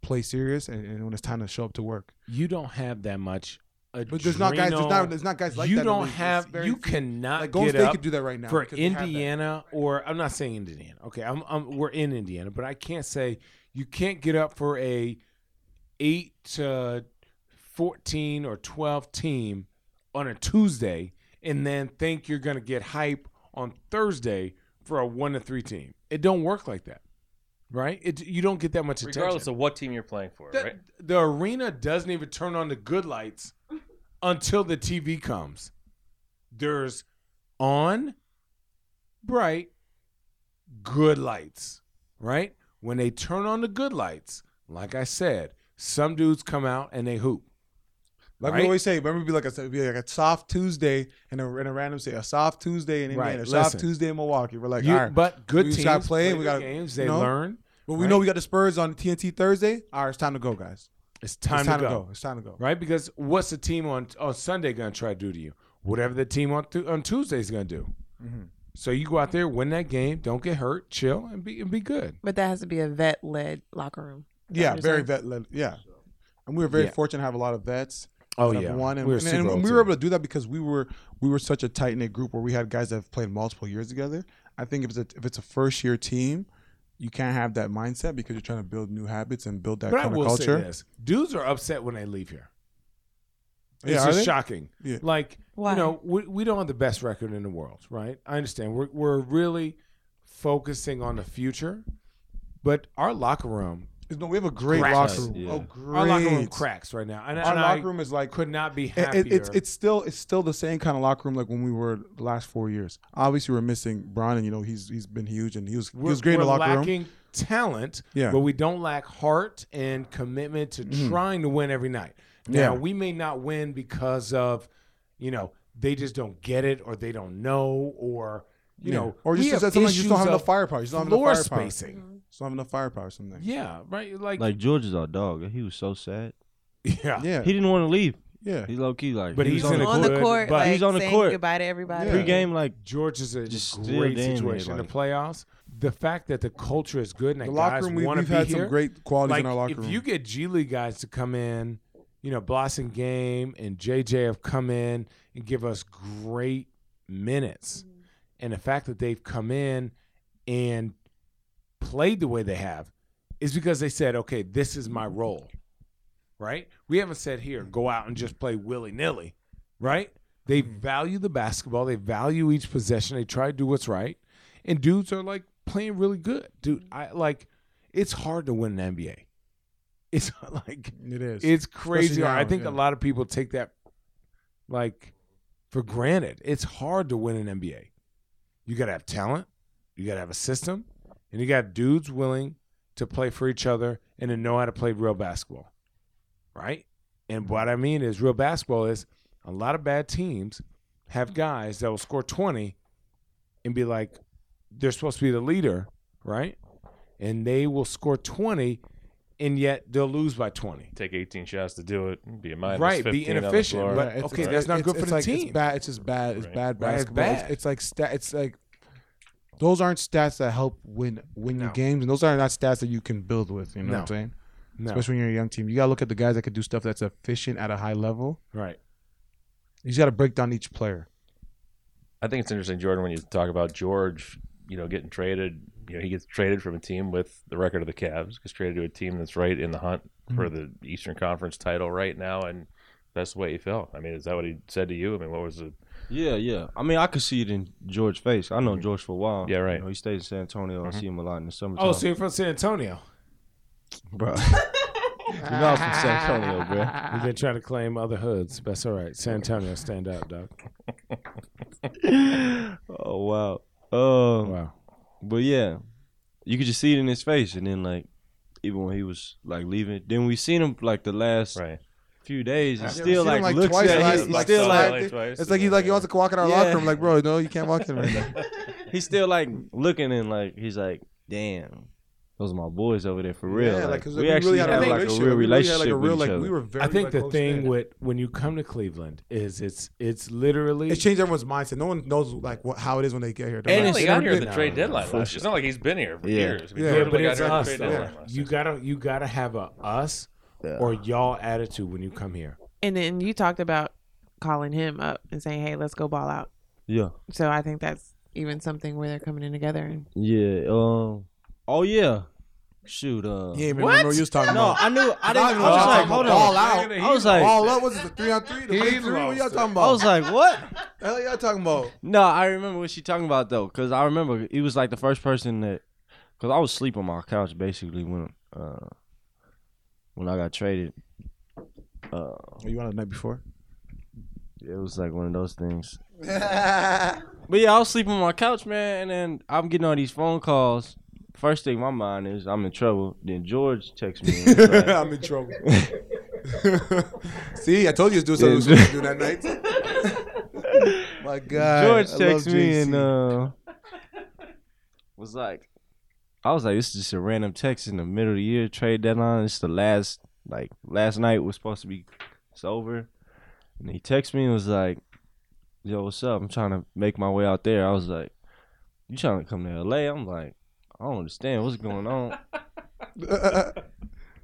Speaker 6: play serious and, and when it's time to show up to work.
Speaker 4: You don't have that much.
Speaker 6: But there's not guys. There's not,
Speaker 4: adrenal-
Speaker 6: there's not guys like
Speaker 4: you
Speaker 6: that. in the
Speaker 4: don't
Speaker 6: league. It's
Speaker 4: have.
Speaker 6: very
Speaker 4: You
Speaker 6: few.
Speaker 4: cannot
Speaker 6: like Golden
Speaker 4: get
Speaker 6: State
Speaker 4: up
Speaker 6: could do that right now
Speaker 4: for
Speaker 6: because they have that.
Speaker 4: Indiana or I'm not saying Indiana. Okay, I'm, I'm we're in Indiana, but I can't say you can't get up for a eight to fourteen or twelve team on a Tuesday and then think you're gonna get hype on Thursday for a one to three team. It don't work like that, right? It, you don't get that much attention.
Speaker 2: regardless of what team you're playing for,
Speaker 4: the,
Speaker 2: right?
Speaker 4: the arena doesn't even turn on the good lights until the TV comes. There's on, bright, good lights, right? When they turn on the good lights, like I said, some dudes come out and they hoop.
Speaker 6: Like
Speaker 4: Right?
Speaker 6: we always say, remember, it'd be like a it'd be like a soft Tuesday and a, and a random say a soft Tuesday in Indiana,
Speaker 4: Right,
Speaker 6: a soft
Speaker 4: listen.
Speaker 6: Tuesday in Milwaukee. We're like,
Speaker 4: You-
Speaker 6: all right,
Speaker 4: But good
Speaker 6: we just
Speaker 4: teams
Speaker 6: gotta play,
Speaker 4: play
Speaker 6: we
Speaker 4: their
Speaker 6: gotta-
Speaker 4: games.
Speaker 6: you
Speaker 4: They
Speaker 6: know?
Speaker 4: learn.
Speaker 6: but we
Speaker 4: right?
Speaker 6: know we got the Spurs on TNT Thursday. All right, it's time to go, guys.
Speaker 4: It's time,
Speaker 6: it's time
Speaker 4: to go.
Speaker 6: It's time to go.
Speaker 4: right? Because what's the team on on Sunday going to try to do to you? Whatever the team on th- on Tuesday is going to do.
Speaker 6: Mm-hmm.
Speaker 4: So you go out there, win that game, don't get hurt, chill, and be and be good.
Speaker 5: But that has to be a vet led locker room.
Speaker 6: Yeah,
Speaker 5: Is
Speaker 6: very
Speaker 5: that-
Speaker 6: vet led. Yeah, and we were very
Speaker 4: Yeah.
Speaker 6: fortunate to have a lot of vets.
Speaker 4: Oh
Speaker 6: that have won, and,
Speaker 4: we were,
Speaker 6: and- and we were able to do that because we were we were such a tight knit group where we had guys that have played multiple years together. I think if it's a, if it's a first year team, you can't have that mindset because you're trying to build new habits and build that
Speaker 4: But I
Speaker 6: kind of
Speaker 4: will
Speaker 6: culture.
Speaker 4: say this: dudes are upset when they leave here. It's
Speaker 6: Yeah, are
Speaker 4: just
Speaker 6: they?
Speaker 4: shocking.
Speaker 6: Yeah.
Speaker 4: Like
Speaker 5: Why?
Speaker 4: you know, we, we don't have the best record in the world, right? I understand. We're we're really focusing on the future, but our locker room,
Speaker 6: No, we have a great
Speaker 4: Cracks.
Speaker 6: locker room.
Speaker 2: Yeah.
Speaker 6: Oh,
Speaker 2: Our
Speaker 6: great!
Speaker 4: our locker room cracks right now, and,
Speaker 6: Our
Speaker 4: and
Speaker 6: locker
Speaker 4: I
Speaker 6: room is like
Speaker 4: could not be
Speaker 6: It-
Speaker 4: happier.
Speaker 6: it- it's it's still it's still the same kind of locker room like when we were the last four years. Obviously, we're missing Bron, and you know he's he's been huge, and he was he
Speaker 4: we're,
Speaker 6: was great in the
Speaker 4: we're
Speaker 6: locker room.
Speaker 4: lacking talent,
Speaker 6: Yeah. Mm-hmm.
Speaker 4: but we don't lack heart and commitment to trying to win every night. Now,
Speaker 6: Yeah.
Speaker 4: we may not win because of, you know, they just don't get it or they don't know or, you
Speaker 6: Yeah.
Speaker 4: know,
Speaker 6: Or
Speaker 4: we
Speaker 6: just-
Speaker 4: have
Speaker 6: just sometimes you just don't
Speaker 4: issues
Speaker 6: have enough
Speaker 4: of
Speaker 6: firepower. You just don't have enough
Speaker 4: floor
Speaker 6: firepower.
Speaker 4: spacing.
Speaker 6: So I have enough firepower, or something.
Speaker 4: Yeah, right. Like,
Speaker 3: Like George is our dog. He was so sad.
Speaker 4: yeah.
Speaker 6: Yeah,
Speaker 3: He didn't want to leave.
Speaker 6: Yeah.
Speaker 3: He low key like,
Speaker 4: But
Speaker 3: he
Speaker 4: he's
Speaker 3: was
Speaker 4: in a
Speaker 5: on
Speaker 4: good-
Speaker 5: the court,
Speaker 4: but-
Speaker 5: like,
Speaker 3: He's on the
Speaker 5: saying
Speaker 3: court.
Speaker 5: goodbye to everybody.
Speaker 6: Yeah.
Speaker 3: pregame like
Speaker 4: George is in
Speaker 3: Just
Speaker 4: a
Speaker 3: still
Speaker 4: great
Speaker 3: damn
Speaker 4: situation in the
Speaker 3: everybody.
Speaker 4: playoffs. The fact that the culture is good and that
Speaker 6: The locker
Speaker 4: guys
Speaker 6: room, we,
Speaker 4: want
Speaker 6: we've
Speaker 4: to be
Speaker 6: had
Speaker 4: here.
Speaker 6: some great qualities
Speaker 4: like,
Speaker 6: in our locker
Speaker 4: if
Speaker 6: room.
Speaker 4: you get G League guys to come in, you know, Blossom Game and JJ have come in and give us great minutes. And the fact that they've come in and played the way they have is because they said, okay, this is my role, right? We haven't said here, go out and just play willy nilly, right? They value the basketball, they value each possession, they try to do what's right. And dudes are like playing really good. Dude, I like it's hard to win an NBA. It's like
Speaker 6: it is.
Speaker 4: it's crazy.
Speaker 6: now,
Speaker 4: I think
Speaker 6: yeah.
Speaker 4: a lot of people take that like for granted. It's hard to win an NBA. You got to have talent, you got to have a system, and you got dudes willing to play for each other and to know how to play real basketball. Right? And what I mean is real basketball is a lot of bad teams have guys that will score 20 and be like they're supposed to be the leader, right? And they will score 20 and yet they'll lose by 20.
Speaker 2: Take 18 shots to do it. Be a minus
Speaker 4: Right, be
Speaker 2: 15 on the
Speaker 4: inefficient,
Speaker 2: floor.
Speaker 4: but-
Speaker 6: Yeah, it's-
Speaker 4: okay,
Speaker 6: it's-
Speaker 4: that's not
Speaker 6: it's-
Speaker 4: good for
Speaker 6: it's
Speaker 4: the
Speaker 6: like,
Speaker 4: team.
Speaker 6: It's bad. It's just bad. It's
Speaker 2: Right.
Speaker 6: bad
Speaker 4: Right, it's
Speaker 6: basketball. It's,
Speaker 4: bad.
Speaker 6: it's like sta- It's like those aren't stats that help win win you
Speaker 4: No.
Speaker 6: games, and those are not stats that you can build with. You know
Speaker 4: No.
Speaker 6: what I'm saying?
Speaker 4: No.
Speaker 6: Especially when you're a young team, you gotta look at the guys that can do stuff that's efficient at a high level.
Speaker 4: Right.
Speaker 6: You just gotta break down each player.
Speaker 2: I think it's interesting, Jordan, when you talk about George, you know, getting traded. You know, he gets traded from a team with the record of the Cavs, gets traded to a team that's right in the hunt for the Eastern Conference title right now, and that's the way he felt. I mean, is that what he said to you? I mean, what was it?
Speaker 3: Yeah, yeah. I mean, I could see it in George's face. I know George for a while.
Speaker 2: Yeah, right.
Speaker 3: You know, he stays in San Antonio. I see him a lot in the summertime.
Speaker 4: Oh, so you're from San Antonio.
Speaker 3: bro. you know I'm from San Antonio, bro.
Speaker 4: We've been trying to claim other hoods, but that's all right. San Antonio, stand up, dog.
Speaker 3: Oh wow. Um,
Speaker 4: Wow.
Speaker 3: but yeah, you could just see it in his face, and then like, even when he was like leaving, then we seen him like the last
Speaker 2: Right.
Speaker 3: few days, and
Speaker 6: Yeah, we
Speaker 3: still
Speaker 6: seen him,
Speaker 3: like,
Speaker 6: like,
Speaker 3: looks
Speaker 6: twice
Speaker 3: at
Speaker 6: last-
Speaker 3: he, he
Speaker 6: like,
Speaker 3: still
Speaker 6: last-
Speaker 3: like
Speaker 6: It's like he's like he wants to walk in our
Speaker 3: Yeah.
Speaker 6: locker room. Like, bro, no, you can't walk in right now.
Speaker 3: he's still like looking and like he's like, damn. Those are my boys over there for real.
Speaker 6: Yeah,
Speaker 3: like,
Speaker 6: 'cause
Speaker 3: we, actually
Speaker 6: had
Speaker 3: have like a
Speaker 6: We
Speaker 3: real
Speaker 6: really had,
Speaker 3: relationship
Speaker 6: like, a real,
Speaker 3: with each
Speaker 6: like,
Speaker 3: other.
Speaker 6: we were very,
Speaker 4: I think
Speaker 6: like,
Speaker 4: the
Speaker 6: close
Speaker 4: thing
Speaker 6: knit.
Speaker 4: with when you come to Cleveland is it's it's literally
Speaker 6: it's changed everyone's mindset. No one knows like what, how it is when they get here. They're
Speaker 2: And
Speaker 6: like,
Speaker 2: he
Speaker 6: they
Speaker 2: got
Speaker 6: never
Speaker 2: here at the
Speaker 6: did.
Speaker 2: trade deadline. Last year. It's not like he's been here for
Speaker 3: Yeah.
Speaker 2: years. I mean,
Speaker 6: Yeah,
Speaker 2: Jordan
Speaker 4: but
Speaker 2: got
Speaker 4: it's
Speaker 2: here at the
Speaker 4: us.
Speaker 2: trade
Speaker 4: though.
Speaker 2: deadline last
Speaker 4: You
Speaker 2: year.
Speaker 4: gotta you gotta have a us or y'all attitude when you come here.
Speaker 5: And then you talked about calling him up and saying, "Hey, let's go ball out."
Speaker 3: yeah.
Speaker 5: So I think that's even something where they're coming in together. And
Speaker 3: Yeah. Um. Oh yeah. Shoot. Uh.
Speaker 6: He ain't even remember what you was talking
Speaker 3: No,
Speaker 6: about.
Speaker 3: I knew. I
Speaker 6: I
Speaker 3: didn't. I
Speaker 6: even
Speaker 3: was
Speaker 6: know
Speaker 3: like,
Speaker 6: what
Speaker 3: hold
Speaker 6: I'm
Speaker 3: on.
Speaker 6: talking about.
Speaker 3: I was like,
Speaker 6: All up, what's this, the three on three? The
Speaker 4: He
Speaker 6: play three? What
Speaker 4: lost
Speaker 6: y'all
Speaker 4: it.
Speaker 6: talking
Speaker 3: I
Speaker 6: about?
Speaker 3: was like, what?
Speaker 6: The hell y'all talking about?
Speaker 3: No, I remember what she talking about though, cause I remember he was like the first person that, cause I was sleeping on my couch basically when, uh, when I got traded. Uh,
Speaker 6: Oh, you on the night before?
Speaker 3: it was like one of those things. but yeah, I was sleeping on my couch, man, and then I'm getting all these phone calls. First thing in my mind is I'm in trouble. Then George texts me. and he's like,
Speaker 6: I'm in trouble. See, I told you to do something we
Speaker 3: Yeah.
Speaker 6: should do that
Speaker 4: Oh,
Speaker 6: night. My God,
Speaker 3: George
Speaker 6: I love
Speaker 3: texted me
Speaker 6: JC.
Speaker 3: and uh, was like, I was like, this is just a random text in the middle of the year trade deadline. It's the last, like, last night was supposed to be, it's over. And he texted me and was like, yo, what's up? I'm trying to make my way out there. I was like, you trying to come to LA? I'm like, I don't understand what's going on.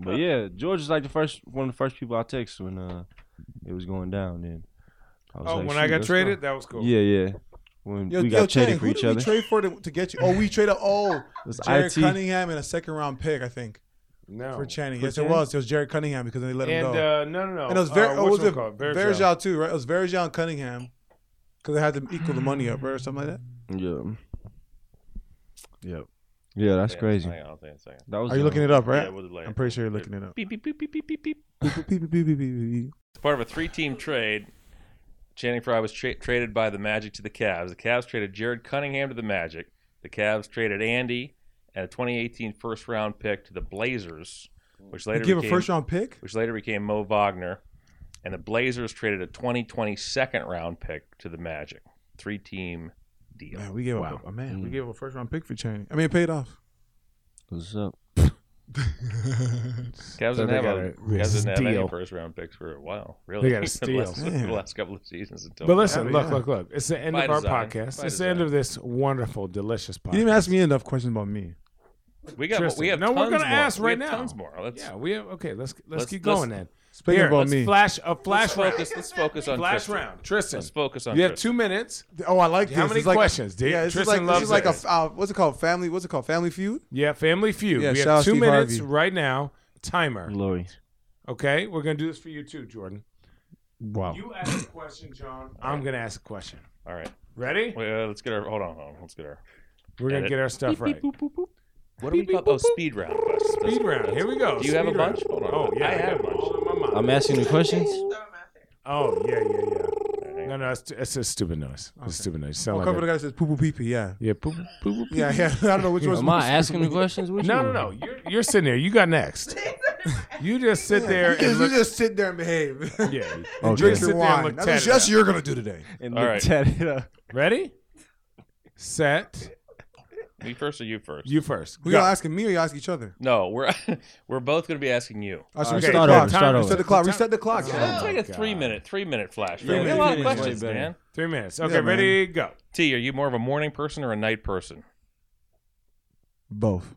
Speaker 3: But yeah, George was like the first one of the first people I texted when uh it was going down. Then I
Speaker 6: Oh,
Speaker 3: was like, shoot, let's go.
Speaker 4: that was cool.
Speaker 3: Yeah, yeah. When
Speaker 6: Yo,
Speaker 3: we
Speaker 6: yo,
Speaker 3: got
Speaker 6: Chang,
Speaker 3: traded for
Speaker 6: who
Speaker 3: each
Speaker 6: did
Speaker 3: other.
Speaker 6: We trade for to, to get you. Oh, we traded. Oh,
Speaker 3: It was
Speaker 6: Jared
Speaker 3: IT.
Speaker 6: Cunningham and a second round pick, I think,
Speaker 4: No.
Speaker 6: for Channing.
Speaker 3: For
Speaker 6: yes, it
Speaker 3: Channing?
Speaker 6: was. It was Jared Cunningham because they let
Speaker 4: and
Speaker 6: him go.
Speaker 4: uh, no no no.
Speaker 6: Oh. and it was very.
Speaker 4: uh,
Speaker 6: oh, was it
Speaker 4: whatchamacallit, Verjao.
Speaker 6: Verjao too? Right? It was Verjao and Cunningham because they had to equal the money up, right, or something like that.
Speaker 3: Yeah. Yep. Yeah, that's
Speaker 2: Yeah,
Speaker 3: crazy.
Speaker 2: Hang on, hang on a second.
Speaker 3: That was
Speaker 6: Are you looking
Speaker 3: at?
Speaker 6: it up, right?
Speaker 2: Yeah, we'll delay
Speaker 6: I'm
Speaker 2: it.
Speaker 6: pretty sure you're looking it up.
Speaker 2: Beep, beep, beep, beep, beep, beep, beep.
Speaker 6: Beep, beep, beep, beep, beep, beep.
Speaker 2: It's part of a three-team trade. Channing Frye was tra- traded by the Magic to the Cavs. The Cavs traded Jared Cunningham to the Magic. The Cavs traded Andy and a 2018 first-round pick to the Blazers, which
Speaker 6: You
Speaker 2: later
Speaker 6: give a
Speaker 2: became,
Speaker 6: first round pick?
Speaker 2: which later became Mo Wagner. And the Blazers traded a 2020 second-round pick to the Magic. Three-team deal.
Speaker 6: Man, we gave
Speaker 4: Wow.
Speaker 6: up a man. We
Speaker 3: Mm.
Speaker 6: gave up a first round pick for Channing. I mean, it paid off.
Speaker 3: What's up?
Speaker 2: Cavs
Speaker 4: So
Speaker 2: didn't
Speaker 4: they
Speaker 2: have,
Speaker 4: gotta
Speaker 2: a, Cavs didn't have
Speaker 4: steal.
Speaker 2: any first round picks for a while, really.
Speaker 4: gotta
Speaker 2: The
Speaker 4: steal.
Speaker 2: last- the
Speaker 6: Yeah.
Speaker 2: last couple of seasons until.
Speaker 4: But listen,
Speaker 6: Yeah.
Speaker 4: look, look, look. It's the end
Speaker 2: By
Speaker 4: of our
Speaker 2: design.
Speaker 4: podcast.
Speaker 2: By
Speaker 4: it's the end
Speaker 2: design.
Speaker 4: of this wonderful, delicious podcast.
Speaker 6: You didn't even ask me enough questions about me.
Speaker 2: we got.
Speaker 4: Tristan.
Speaker 2: We have.
Speaker 4: No, we're
Speaker 2: tons
Speaker 4: gonna
Speaker 2: more.
Speaker 4: ask
Speaker 2: We
Speaker 4: right
Speaker 2: have
Speaker 4: now.
Speaker 2: Tons more. Let's,
Speaker 4: Yeah, we have. Okay, let's let's,
Speaker 2: Let's-
Speaker 4: keep
Speaker 2: let's-
Speaker 4: going then.
Speaker 6: Speaking
Speaker 4: Here,
Speaker 6: about
Speaker 4: let's
Speaker 6: me.
Speaker 4: flash a flash
Speaker 2: let's
Speaker 4: round.
Speaker 2: focus. Let's focus on
Speaker 4: Flash
Speaker 2: Tristan.
Speaker 4: round, Tristan.
Speaker 2: Let's focus on.
Speaker 4: You have
Speaker 2: Tristan.
Speaker 4: two minutes.
Speaker 6: Oh, I like
Speaker 4: How
Speaker 6: this.
Speaker 4: many
Speaker 6: It's like-
Speaker 4: questions, dude?
Speaker 6: Yeah, it's just
Speaker 4: Tristan
Speaker 6: like, this is
Speaker 4: loves
Speaker 6: like
Speaker 4: this.
Speaker 6: a uh, what's it called? Family. What's it called? Family Feud.
Speaker 4: Yeah, Family Feud.
Speaker 6: Yeah,
Speaker 4: we
Speaker 6: shout out
Speaker 4: have two
Speaker 6: Steve
Speaker 4: minutes
Speaker 6: Harvey.
Speaker 4: right now. Timer.
Speaker 3: Lori.
Speaker 4: Okay, we're gonna do this for you too, Jordan.
Speaker 2: Oh.
Speaker 6: Wow.
Speaker 4: You ask a question, John. I'm gonna ask a question.
Speaker 2: All right.
Speaker 4: Ready?
Speaker 2: Wait, uh, let's get our. Hold on. Hold on. Let's get our.
Speaker 4: We're gonna
Speaker 2: Edit.
Speaker 4: get our stuff right.
Speaker 2: What do we call? Oh, speed round. That's- that's-
Speaker 4: Speed round. Here we go.
Speaker 2: Do you have a
Speaker 4: Speed round.
Speaker 2: bunch? Hold on.
Speaker 4: Oh yeah,
Speaker 2: I have
Speaker 4: got
Speaker 2: a bunch.
Speaker 4: all in my mind.
Speaker 3: I'm asking the questions.
Speaker 4: Oh yeah, yeah, yeah.
Speaker 2: Alright.
Speaker 4: No, no, it's, it's a stupid noise. It's a stupid noise. Sound
Speaker 6: Oh,
Speaker 4: like
Speaker 6: cover
Speaker 4: a-
Speaker 6: the guy that says poo poo pee pee. Yeah.
Speaker 4: yeah, poop, poop, poop.
Speaker 6: Yeah, yeah. I don't know which one's
Speaker 3: Am I asking the questions? What
Speaker 4: No, no,
Speaker 3: you-
Speaker 4: no. You're, you're sitting there. You got next. You just sit there
Speaker 6: You
Speaker 4: and look.
Speaker 6: just sit there and behave.
Speaker 4: Yeah. you
Speaker 3: Okay.
Speaker 4: just
Speaker 6: Drink your
Speaker 4: sit there and
Speaker 6: wine.
Speaker 4: look
Speaker 6: That's
Speaker 4: tatted
Speaker 6: what
Speaker 4: up.
Speaker 6: just you're gonna do today.
Speaker 3: And
Speaker 2: All
Speaker 3: looked at it up.
Speaker 4: Ready, set.
Speaker 2: Me first or you first?
Speaker 4: You first.
Speaker 6: We
Speaker 4: Go.
Speaker 6: gonna ask me or you ask each other?
Speaker 2: No, we're we're both going to be asking you.
Speaker 6: Oh, so
Speaker 4: Okay,
Speaker 6: reset
Speaker 3: start
Speaker 6: the
Speaker 3: over,
Speaker 6: clock.
Speaker 3: start
Speaker 6: reset the
Speaker 3: over.
Speaker 6: clock. Reset the clock.
Speaker 4: Oh,
Speaker 2: It's like a
Speaker 4: God.
Speaker 2: three minute, three minute flash.
Speaker 3: Three
Speaker 2: round. We
Speaker 6: minute,
Speaker 2: got a lot
Speaker 6: three
Speaker 2: of
Speaker 6: minute,
Speaker 2: questions,
Speaker 3: way better.
Speaker 2: man.
Speaker 4: Three minutes. Okay,
Speaker 6: man.
Speaker 4: ready, go.
Speaker 2: T, are you more of a morning person or a night person?
Speaker 6: Both.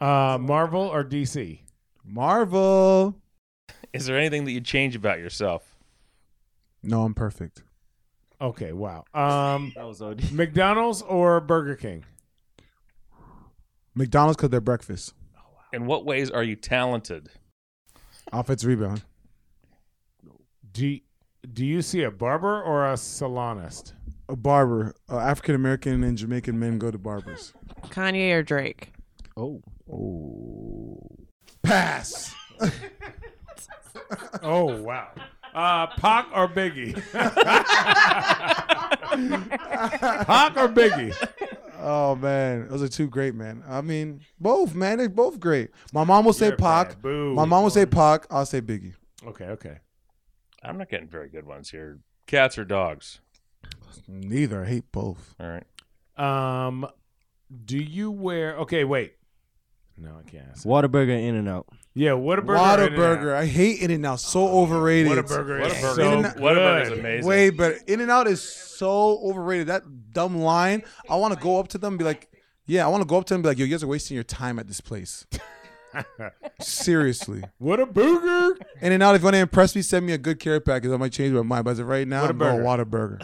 Speaker 4: Uh, Marvel or DC?
Speaker 6: Marvel.
Speaker 2: Is there anything that you change about yourself?
Speaker 6: No, I'm perfect.
Speaker 4: Okay, wow. Um,
Speaker 3: That was OD.
Speaker 4: McDonald's or Burger King?
Speaker 6: McDonald's because they're breakfast.
Speaker 2: In what ways are you talented?
Speaker 6: Offense rebound.
Speaker 4: Do you, Do you see a barber or a salonist?
Speaker 6: A barber. Uh, African American and Jamaican men go to barbers.
Speaker 5: Kanye or Drake?
Speaker 3: Oh.
Speaker 6: Pass.
Speaker 4: Oh wow. Uh, Pac or Biggie? Pac or Biggie?
Speaker 6: Oh man, those are two great man. I mean, both man, they're both great. My mom will say
Speaker 4: You're
Speaker 6: Pac.
Speaker 4: bad. Boo.
Speaker 6: My mom will say Pac. I'll say Biggie.
Speaker 4: Okay, okay.
Speaker 2: I'm not getting very good ones here. Cats or dogs?
Speaker 6: Neither. I hate both.
Speaker 2: All right.
Speaker 4: Um, do you wear? Okay, wait. No, I can't. Ask.
Speaker 3: Whataburger In and Out.
Speaker 4: Yeah, Whataburger.
Speaker 6: Whataburger. I hate In and Out. So overrated.
Speaker 4: Whataburger.
Speaker 2: Whataburger.
Speaker 4: Whataburger. Is
Speaker 6: In
Speaker 4: so
Speaker 6: and Out-
Speaker 2: Whataburger is
Speaker 4: good.
Speaker 2: amazing.
Speaker 6: Way better. In and Out is so overrated. That dumb line. I want to go up to them and be like, yeah, I want to go up to them and be like, yo, you guys are wasting your time at this place. Seriously.
Speaker 4: Whataburger.
Speaker 6: In and Out, if you want to impress me, send me a good care package. I might change my mind. But as of right now, I'm going Whataburger.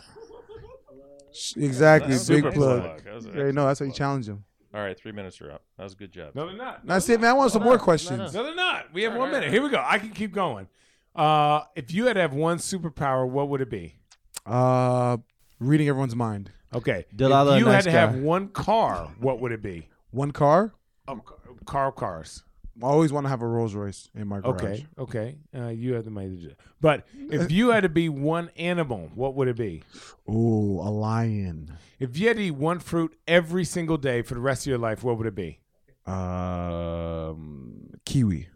Speaker 6: exactly.
Speaker 2: That was a
Speaker 6: Big
Speaker 2: good
Speaker 6: plug.
Speaker 2: plug. That was an
Speaker 6: Yeah,
Speaker 2: excellent
Speaker 6: no, that's how you
Speaker 2: plug.
Speaker 6: challenge him.
Speaker 2: All right, three minutes are up. That was a good job.
Speaker 4: No, they're not.
Speaker 6: That's it, man. I want some more questions.
Speaker 4: No, they're not. We have one minute. Here we go. I can keep going. Uh, if you had to have one superpower, what would it be?
Speaker 6: Uh, reading everyone's mind.
Speaker 4: Okay.
Speaker 3: Delilah,
Speaker 4: if you had
Speaker 3: nice
Speaker 4: to
Speaker 3: guy.
Speaker 4: have one car, what would it be?
Speaker 6: One car.
Speaker 2: Um,
Speaker 4: Oh, car cars.
Speaker 6: I always want to have a Rolls Royce in my garage.
Speaker 4: Okay, okay. Uh, you have the money to do it. But
Speaker 6: Uh,
Speaker 4: if you had to be one animal, what would it be?
Speaker 6: Ooh, a lion.
Speaker 4: If you had to eat one fruit every single day for the rest of your life, what would it be?
Speaker 6: Um, kiwi.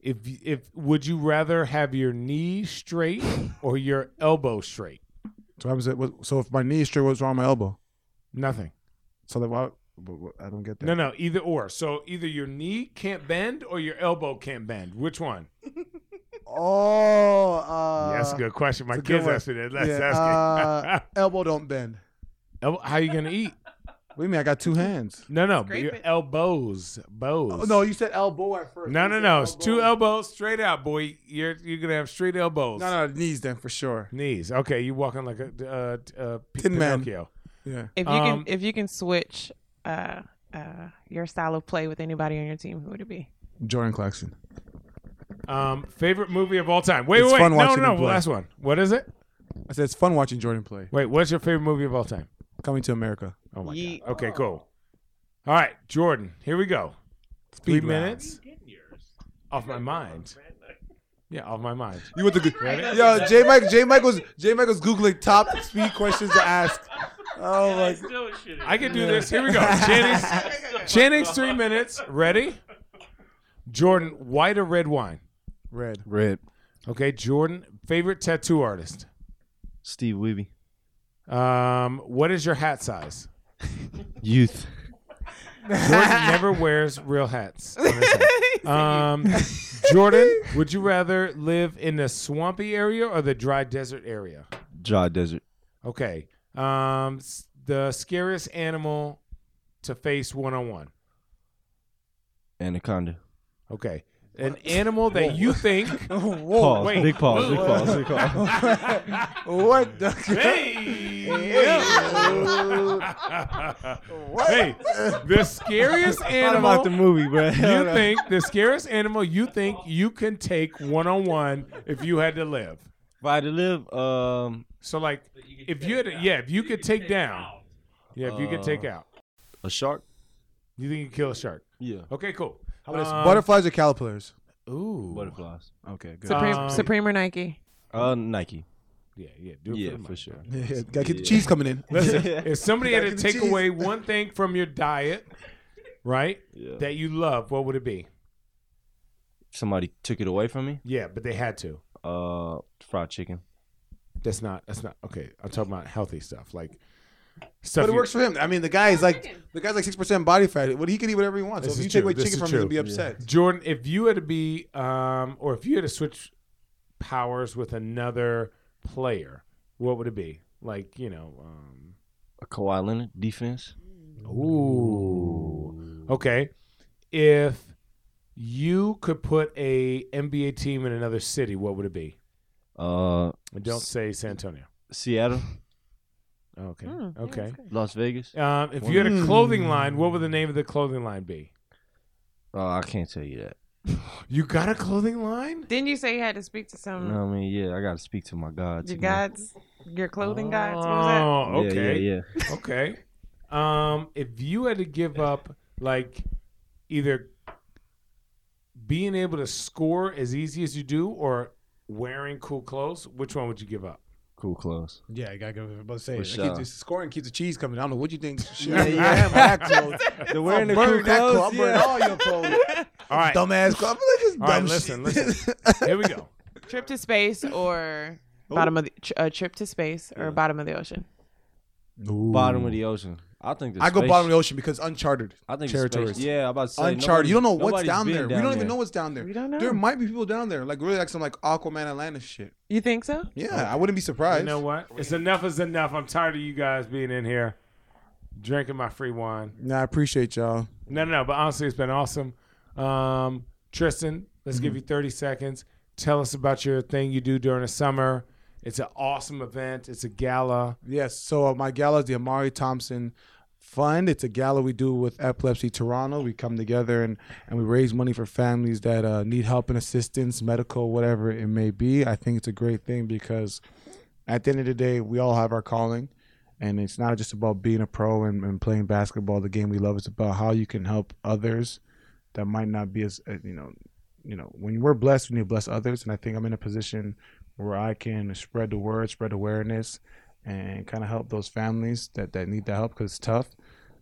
Speaker 4: If if would you rather have your knee straight or your elbow straight?
Speaker 6: So I was at, what- so if my knee is straight, what's wrong with my elbow?
Speaker 4: Nothing.
Speaker 6: So that why? but what- I don't get that.
Speaker 4: No, no. Either or. So either your knee can't bend or your elbow can't bend. Which one?
Speaker 6: Oh, uh,
Speaker 4: Yeah, that's a good question. My
Speaker 6: it's a good
Speaker 4: kids
Speaker 6: one.
Speaker 4: asked me that. That's
Speaker 6: yeah, uh,
Speaker 4: asking.
Speaker 6: elbow don't bend.
Speaker 4: Elbow- How you gonna eat?
Speaker 6: What do you mean? I got two hands.
Speaker 4: No, no. But
Speaker 5: Scrape
Speaker 4: your
Speaker 5: it.
Speaker 4: elbows, bows.
Speaker 6: Oh, no, you said elbow at first.
Speaker 4: No,
Speaker 6: You
Speaker 4: no,
Speaker 6: said
Speaker 4: no. It's two elbows straight out, boy. You're you're gonna have straight elbows.
Speaker 6: No, no, knees then for sure.
Speaker 4: Knees. Okay, you walking like a uh, uh, P-
Speaker 6: Tin Man.
Speaker 4: Pinocchio.
Speaker 6: Yeah.
Speaker 5: If you
Speaker 4: Um,
Speaker 5: can, if you can switch uh, uh, your style of play with anybody on your team, who would it be?
Speaker 6: Jordan Clarkson.
Speaker 4: Um, favorite movie of all time. Wait,
Speaker 6: It's
Speaker 4: wait,
Speaker 6: fun
Speaker 4: no,
Speaker 6: watching
Speaker 4: no,
Speaker 6: him
Speaker 4: no.
Speaker 6: play.
Speaker 4: Last one. What is it?
Speaker 6: I said it's fun watching Jordan play.
Speaker 4: Wait, what's your favorite movie of all time?
Speaker 6: Coming to America.
Speaker 4: Oh my
Speaker 5: Yeet.
Speaker 4: god. Okay, cool. All right, Jordan. Here we go. Three
Speaker 6: Speed round.
Speaker 4: minutes. Off my mind. Yeah, off my mind.
Speaker 6: You went to Go- Yo, J. Mike. J. Michael's. J. Michael's googling top speed questions to ask. Oh my.
Speaker 4: I can do this. Here we go. Channing's, Channing's three minutes. Ready? Jordan, white or red wine?
Speaker 6: Red.
Speaker 3: Red.
Speaker 4: Okay, Jordan, favorite tattoo artist.
Speaker 3: Steve Weeby.
Speaker 4: Um, what is your hat size?
Speaker 3: Youth.
Speaker 4: Jordan never wears real hats. on his head. Um, Jordan, would you rather live in the swampy area or the dry desert area?
Speaker 3: Dry desert.
Speaker 4: Okay. Um, s- the scariest animal to face one on one.
Speaker 3: Anaconda.
Speaker 4: Okay. An animal that you think.
Speaker 3: Pause.
Speaker 4: wait.
Speaker 3: Big pause. Big pause. Big pause.
Speaker 6: What the?
Speaker 4: hey, the scariest
Speaker 3: What about the
Speaker 4: animal
Speaker 3: movie, bro?
Speaker 4: you think the scariest animal you think you can take one on one if you had to live.
Speaker 3: If I had to live, um,
Speaker 4: So like, if you had, yeah, if you could take down, yeah, if you could take out,
Speaker 3: a shark.
Speaker 4: you think you could kill a shark?
Speaker 3: Yeah.
Speaker 4: Okay, cool. How
Speaker 6: Butterflies or caterpillars?
Speaker 4: um, Ooh.
Speaker 3: Butterflies. Okay. Good.
Speaker 5: Supreme,
Speaker 4: Um,
Speaker 5: Supreme or Nike?
Speaker 3: Uh, Nike.
Speaker 4: Yeah, yeah, do it
Speaker 3: yeah,
Speaker 4: for, the
Speaker 3: for
Speaker 4: money.
Speaker 3: sure.
Speaker 6: Yeah, gotta keep the cheese coming in.
Speaker 4: Listen, if somebody had to
Speaker 6: Gotta get the
Speaker 4: take
Speaker 6: cheese.
Speaker 4: away one thing from your diet, right, that you love, what would it be?
Speaker 3: Somebody took it away from me.
Speaker 4: Yeah, but they had to.
Speaker 3: Uh, fried chicken.
Speaker 4: That's not. That's not okay. I'm talking about healthy stuff, like stuff.
Speaker 6: But it
Speaker 4: you-
Speaker 6: works for him. I mean, the guy is like the guy's like six percent body fat. What he can eat whatever he wants.
Speaker 4: This
Speaker 6: so if
Speaker 4: is true.
Speaker 6: you take away
Speaker 4: This
Speaker 6: chicken
Speaker 4: is
Speaker 6: from him, he'll be
Speaker 4: true.
Speaker 6: upset.
Speaker 4: Jordan, if you had to be, um, or if you had to switch powers with another player, what would it be? Like you know, um,
Speaker 3: A Kawhi Leonard defense.
Speaker 4: ooh, okay. If you could put a NBA team in another city, what would it be?
Speaker 3: Uh,
Speaker 4: And don't say San Antonio. Oh,
Speaker 3: Seattle,
Speaker 4: Okay,
Speaker 5: Hmm, yeah,
Speaker 4: okay.
Speaker 5: that's good.
Speaker 3: Las Vegas.
Speaker 4: Um, if you had a clothing line, what would the name of the clothing line be?
Speaker 3: Oh, I can't tell you that.
Speaker 4: You got a clothing line?
Speaker 5: Didn't you say you had to speak to
Speaker 3: You
Speaker 5: some
Speaker 3: know what I mean? Yeah, I gotta speak to my gods.
Speaker 5: your
Speaker 3: you know?
Speaker 5: gods, your clothing gods? What was that?
Speaker 4: Oh,
Speaker 3: Yeah,
Speaker 4: okay.
Speaker 3: Yeah, yeah.
Speaker 4: Okay. Um, if you had to give up, like, either being able to score as easy as you do or wearing cool clothes, which one would you give up?
Speaker 3: Cool clothes.
Speaker 6: Yeah, you gotta go. I'm about to say,
Speaker 3: For
Speaker 6: it
Speaker 3: sure.
Speaker 6: keeps, scoring keeps the cheese coming. I don't know what you think. Shit.
Speaker 3: yeah,
Speaker 6: that clothes.
Speaker 3: The wearing the
Speaker 6: Burn
Speaker 3: cool
Speaker 6: that
Speaker 3: clothes.
Speaker 6: clothes. I'm burning
Speaker 3: yeah.
Speaker 6: all your clothes.
Speaker 4: All right.
Speaker 6: Dumbass clothes. Look at this
Speaker 4: All right,
Speaker 6: dumb
Speaker 4: listen,
Speaker 6: shit.
Speaker 4: listen. Here we go.
Speaker 5: Trip to space or
Speaker 4: Oh.
Speaker 5: bottom of the, tr- a trip to space or bottom of the ocean?
Speaker 3: Bottom of the ocean. I think the
Speaker 6: I go
Speaker 3: space-
Speaker 6: bottom of the ocean because uncharted
Speaker 3: I think the
Speaker 6: territories.
Speaker 3: Space, yeah, I'm about to say
Speaker 6: Uncharted. You don't know
Speaker 3: nobody-
Speaker 6: what's
Speaker 3: nobody's
Speaker 6: down
Speaker 3: been
Speaker 6: there. we
Speaker 3: down
Speaker 6: don't even
Speaker 3: there.
Speaker 6: know what's down there.
Speaker 5: We don't know.
Speaker 6: There might be people down there, like really like some like Aquaman Atlantis shit.
Speaker 5: You think so?
Speaker 6: Yeah, I wouldn't be surprised.
Speaker 4: You know what? It's enough is enough. I'm tired of you guys being in here drinking my free wine.
Speaker 6: Nah, I appreciate y'all.
Speaker 4: No, no, no. But honestly, it's been awesome. Um, Tristan, let's give you 30 seconds. Tell us about your thing you do during the summer. It's an awesome event. It's a gala.
Speaker 6: Yes. So uh, my gala is the Amari Thompson Fund. It's a gala we do with Epilepsy Toronto. We come together and, and we raise money for families that uh, need help and assistance, medical, whatever it may be. I think it's a great thing because at the end of the day, we all have our calling. And it's not just about being a pro and, and playing basketball, the game we love. It's about how you can help others that might not be as, uh, you know, you know, when we're blessed, we need to bless others. And I think I'm in a position where I can spread the word, spread awareness, and kind of help those families that, that need that help because it's tough.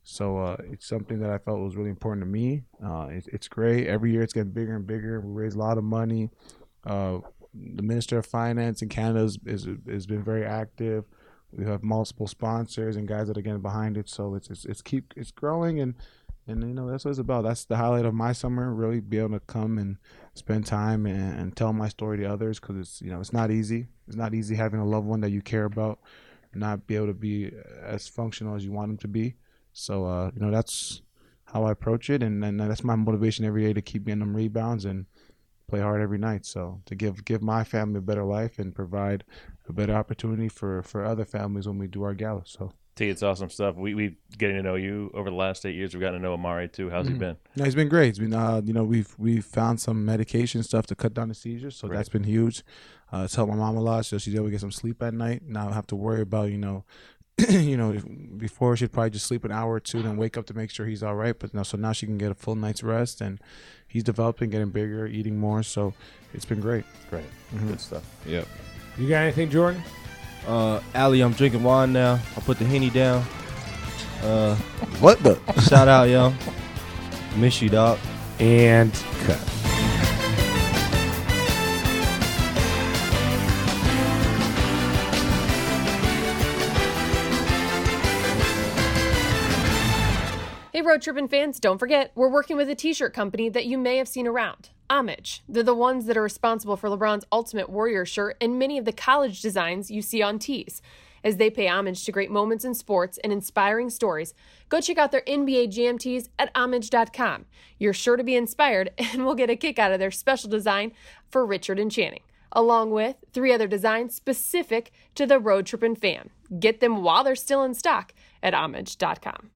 Speaker 6: So uh, it's something that I felt was really important to me. Uh, it, it's great. Every year it's getting bigger and bigger. We raise a lot of money. Uh, the Minister of Finance in Canada has, is, has been very active. We have multiple sponsors and guys that are getting behind it. So it's it's, it's keep it's growing and and you know that's what it's about. That's the highlight of my summer. Really be able to come and spend time and, and tell my story to others because it's you know it's not easy. It's not easy having a loved one that you care about not be able to be as functional as you want them to be. So uh, you know that's how I approach it, and, and that's my motivation every day to keep getting them rebounds and play hard every night. So to give give my family a better life and provide a better opportunity for for other families when we do our gala. So
Speaker 2: T, it's awesome stuff. We we getting to know you over the last eight years. We've gotten to know Amari too. How's
Speaker 6: Mm-hmm.
Speaker 2: he been?
Speaker 6: no, it's been great. It's been uh, you know we've we've found some medication stuff to cut down the seizures, so that's been huge. Uh, it's helped my mom a lot, so she's able to get some sleep at night. Now I don't have to worry about you know you know, if- before she'd probably just sleep an hour or two, then wake up to make sure he's all right. But now, so now she can get a full night's rest, and he's developing, getting bigger, eating more. So it's been great.
Speaker 2: Great,
Speaker 6: Mm-hmm.
Speaker 2: good stuff.
Speaker 3: Yep.
Speaker 4: You got anything, Jordan?
Speaker 3: Uh, Allie, I'm drinking wine now. I put the henny down. Uh,
Speaker 6: What the?
Speaker 3: shout out, yo. Miss you, dog.
Speaker 4: And cut.
Speaker 1: Hey Hey, road tripping fans, don't forget, we're working with a t shirt company that you may have seen around Homage. They're the ones that are responsible for LeBron's Ultimate Warrior shirt and many of the college designs you see on tees. As they pay homage to great moments in sports and inspiring stories, go check out their NBA Jam tees at homage.com. You're sure to be inspired and will get a kick out of their special design for Richard and Channing, along with three other designs specific to the road tripping fam. Get them while they're still in stock at homage.com.